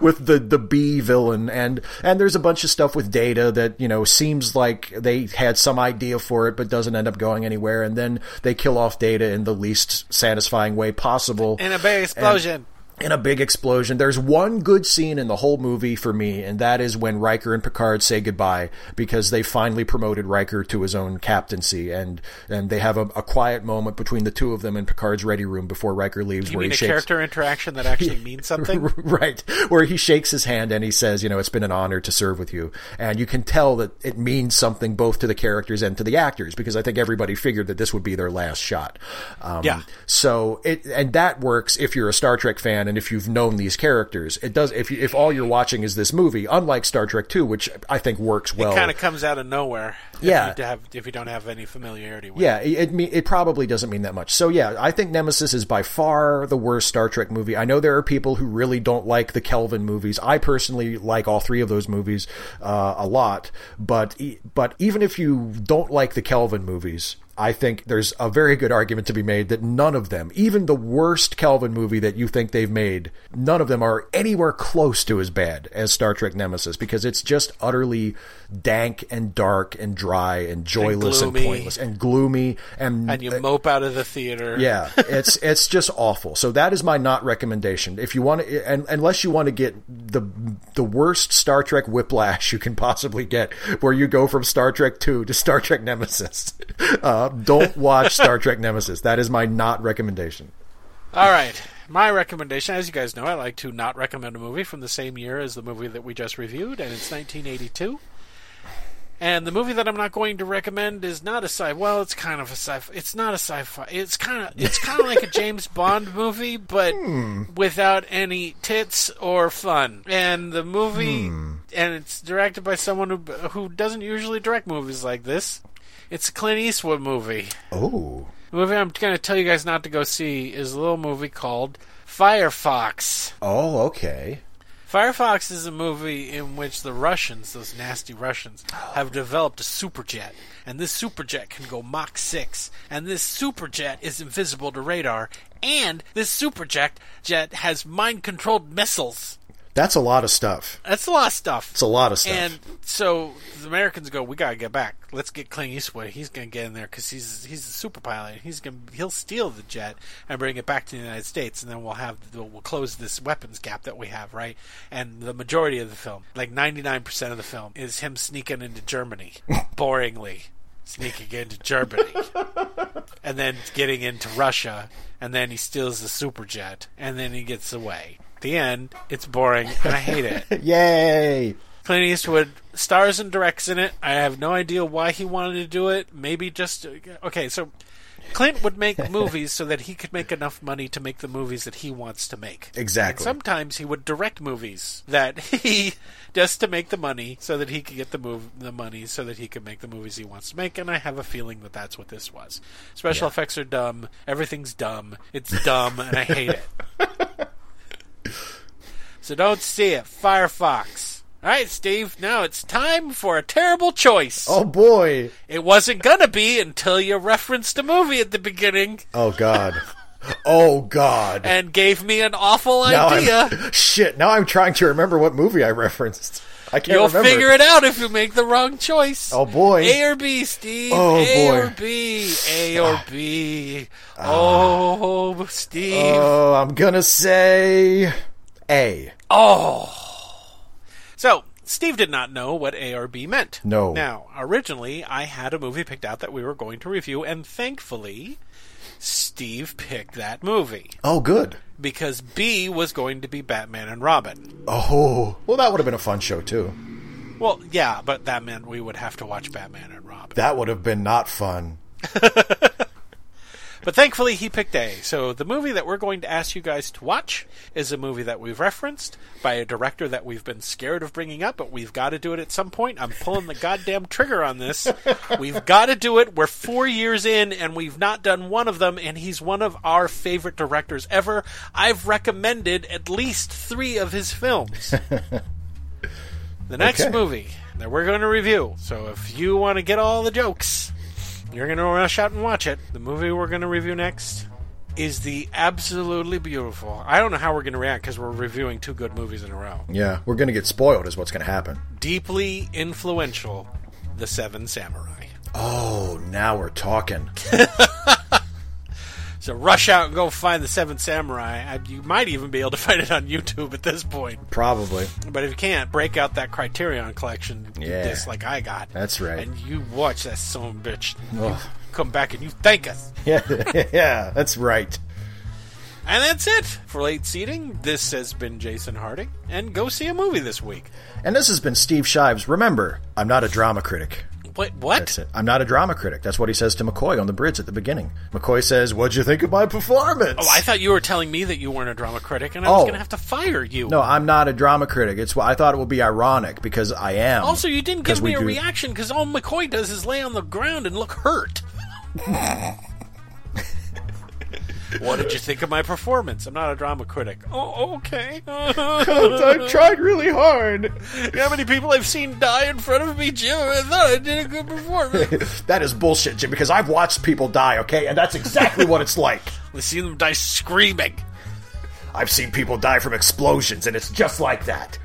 Speaker 6: with the the B villain, and and there's a bunch of stuff with Data that you know seems like they had some idea for it, but doesn't end up going anywhere, and then they kill off Data in the least satisfying way possible
Speaker 5: in a big explosion.
Speaker 6: in a big explosion. There's one good scene in the whole movie for me, and that is when Riker and Picard say goodbye because they finally promoted Riker to his own captaincy, and and they have a, a quiet moment between the two of them in Picard's ready room before Riker leaves,
Speaker 5: you
Speaker 6: where
Speaker 5: mean
Speaker 6: he
Speaker 5: a
Speaker 6: shakes.
Speaker 5: character interaction that
Speaker 6: [laughs]
Speaker 5: actually means something?
Speaker 6: Right, where he shakes his hand and he says, "You know, it's been an honor to serve with you," and you can tell that it means something both to the characters and to the actors because I think everybody figured that this would be their last shot. Um,
Speaker 5: Yeah.
Speaker 6: so it and that works if you're a Star Trek fan and if you've known these characters. It does if you, if all you're watching is this movie, unlike Star Trek 2, which I think works well.
Speaker 5: kind of comes out of nowhere. if
Speaker 6: Yeah.
Speaker 5: you have- if you don't have any familiarity with
Speaker 6: yeah, it, it me- it probably doesn't mean that much. So yeah, I think Nemesis is by far the worst Star Trek movie. I know there are people who really don't like the Kelvin movies. I personally like all three of those movies uh, a lot, but e- but even if you don't like the Kelvin movies, I think there's a very good argument to be made that none of them, even the worst Kelvin movie that you think they've made, none of them are anywhere close to as bad as Star Trek Nemesis because it's just utterly dank and dark and dry and joyless and,
Speaker 5: gloomy.
Speaker 6: pointless and gloomy and,
Speaker 5: and you mope out of the theater.
Speaker 6: yeah, it's it's just awful. So that is my not recommendation. If you want to, and, unless you want to get the the worst Star Trek whiplash you can possibly get, where you go from Star Trek Two to Star Trek Nemesis, [laughs] uh, don't watch Star Trek Nemesis. That is my not recommendation.
Speaker 5: All right. My recommendation, as you guys know, I like to not recommend a movie from the same year as the movie that we just reviewed, and it's 1982. And the movie that I'm not going to recommend is not a sci. Well, it's kind of a sci. It's not a sci-fi. It's kind of it's kind of like a James Bond movie, but without any tits or fun. And the movie, and it's directed by someone who who doesn't usually direct movies like this. It's a Clint Eastwood movie.
Speaker 6: Oh,
Speaker 5: The movie I'm going to tell you guys not to go see is a little movie called Firefox.
Speaker 6: oh, okay.
Speaker 5: Firefox is a movie in which the Russians, those nasty Russians, have developed a superjet. And this superjet can go Mach 6. And this superjet is invisible to radar. And this superjet jet has mind controlled missiles.
Speaker 6: That's a lot of stuff.
Speaker 5: That's a lot of stuff.
Speaker 6: It's a lot of stuff.
Speaker 5: And so the Americans go, "We gotta get back. Let's get Clint Eastwood. He's gonna get in there because he's he's a super pilot. He's gonna he'll steal the jet and bring it back to the United States, and then we'll have we'll close this weapons gap that we have, right? And the majority of the film, like ninety nine percent of the film, is him sneaking into
Speaker 6: [laughs]
Speaker 5: Germany, boringly sneaking into Germany, and then getting into Russia, and then he steals the superjet, and then he gets away. The end. It's boring, and I hate it.
Speaker 6: [laughs] Yay!
Speaker 5: Clint Eastwood stars and directs in it. I have no idea why he wanted to do it. Maybe just okay. So Clint would make movies so that he could make enough money to make the movies that he wants to make.
Speaker 6: Exactly.
Speaker 5: And sometimes he would direct movies that [laughs] he just to make the money so that he could get the move the money so that he could make the movies he wants to make. And I have a feeling that that's what this was. Special effects are dumb. Everything's dumb. It's dumb, and I hate it. So don't see it. Firefox. All right, Steve. Now it's time for a terrible choice.
Speaker 6: Oh boy!
Speaker 5: It wasn't gonna be until you referenced a movie at the beginning
Speaker 6: Oh god! Oh god!
Speaker 5: and gave me an awful
Speaker 6: Now
Speaker 5: idea.
Speaker 6: I'm, shit! Now I'm trying to remember what movie I referenced. I can't
Speaker 5: You'll
Speaker 6: remember.
Speaker 5: figure it out if you make the wrong choice.
Speaker 6: Oh, boy.
Speaker 5: A or B, Steve.
Speaker 6: Oh,
Speaker 5: A
Speaker 6: boy. Ah.
Speaker 5: or B. A or B. Oh, Steve.
Speaker 6: Oh, I'm gonna say A.
Speaker 5: Oh. So, Steve did not know what A or B meant.
Speaker 6: No.
Speaker 5: Now, originally, I had a movie picked out that we were going to review, and thankfully, Steve picked that movie
Speaker 6: Oh, good.
Speaker 5: because B was going to be Batman and Robin.
Speaker 6: Oh, well, that would have been a fun show too.
Speaker 5: Well, yeah, but that meant we would have to watch Batman and Robin.
Speaker 6: That would have been not fun.
Speaker 5: But thankfully, he picked A. So the movie that we're going to ask you guys to watch is a movie that we've referenced by a director that we've been scared of bringing up, but we've got to do it at some point. I'm pulling the goddamn trigger on this. We've got to do it. We're four years in, and we've not done one of them, and he's one of our favorite directors ever. I've recommended at least three of his films. the next
Speaker 6: Okay.
Speaker 5: movie that we're going to review. So if you want to get all the jokes. You're going to rush out and watch it. The movie we're going to review next is the absolutely beautiful. I don't know how we're going to react because we're reviewing two good movies in a row.
Speaker 6: Yeah, we're going to get spoiled, is what's going to happen.
Speaker 5: Deeply influential, The Seven Samurai.
Speaker 6: Oh, now we're talking.
Speaker 5: So rush out and go find The Seven Samurai. I, you might even be able to [laughs] find it on YouTube at this point.
Speaker 6: Probably. [laughs]
Speaker 5: But if you can't, break out that Criterion collection
Speaker 6: Yeah.
Speaker 5: disc like I got.
Speaker 6: That's right.
Speaker 5: And you watch that son of a bitch.
Speaker 6: Ugh.
Speaker 5: Come back and you thank us.
Speaker 6: Yeah, yeah, that's right.
Speaker 5: And that's it for late seating. This has been Jason Harding, and go see a movie this week.
Speaker 6: And this has been Steve Shives. Remember, I'm not a drama critic.
Speaker 5: Wait, what?
Speaker 6: That's it. I'm not a drama critic. That's what he says to McCoy on the bridge at the beginning. McCoy says, "What'd you think of my performance?"
Speaker 5: Oh, I thought you were telling me that you weren't a drama critic, and I
Speaker 6: Oh.
Speaker 5: was going to have to fire you.
Speaker 6: no, I'm not a drama critic. It's why I thought it would be ironic because I am.
Speaker 5: Also, you didn't
Speaker 6: 'Cause
Speaker 5: give
Speaker 6: we
Speaker 5: me a
Speaker 6: do-
Speaker 5: reaction because all McCoy does is lay on the ground and look
Speaker 6: [laughs]
Speaker 5: hurt. what did you think of my performance? I'm not a drama critic. Oh,
Speaker 6: [laughs]
Speaker 5: okay. [laughs]
Speaker 6: I've tried really hard.
Speaker 5: You know how many people I've seen die in front of me, Jim? I thought I did a good
Speaker 6: [laughs]
Speaker 5: performance.
Speaker 6: That is bullshit, Jim. Because I've watched people die. Okay, and that's exactly what it's like.
Speaker 5: I've seen them die screaming.
Speaker 6: I've seen people die from explosions, and it's just like that.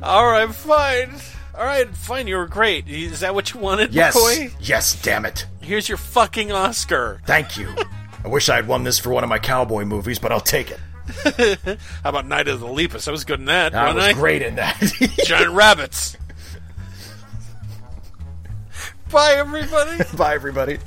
Speaker 5: All right, fine. All right, fine. You were great. Is that what you wanted,
Speaker 6: Yes,
Speaker 5: McCoy?
Speaker 6: yes. Damn it.
Speaker 5: Here's your fucking Oscar.
Speaker 6: Thank you. I wish I had won this for one of my cowboy movies, but I'll take it.
Speaker 5: How about Night of the Lepus? I was good in that.
Speaker 6: I
Speaker 5: wasn't
Speaker 6: was great in that. [laughs]
Speaker 5: Giant rabbits. Bye, everybody.
Speaker 6: Bye, everybody.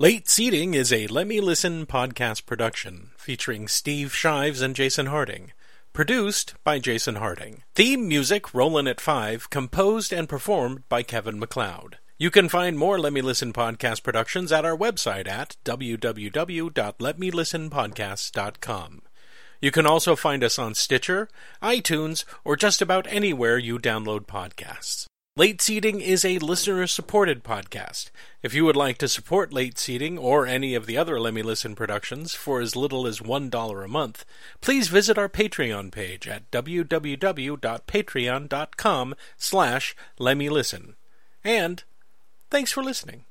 Speaker 5: Late Seating is a Let Me Listen podcast production featuring Steve Shives and Jason Harding. Produced by Jason Harding. Theme music, Rollin' at Five, composed and performed by Kevin McLeod. You can find more Let Me Listen podcast productions at our website at www.letmelistenpodcast.com. You can also find us on Stitcher, iTunes, or just about anywhere you download podcasts. Late Seating is a listener supported podcast. If you would like to support Late Seating or any of the other Let Me Listen productions for as little as $1 a month, please visit our Patreon page at www.patreon.com slash lemmylisten. And thanks for listening.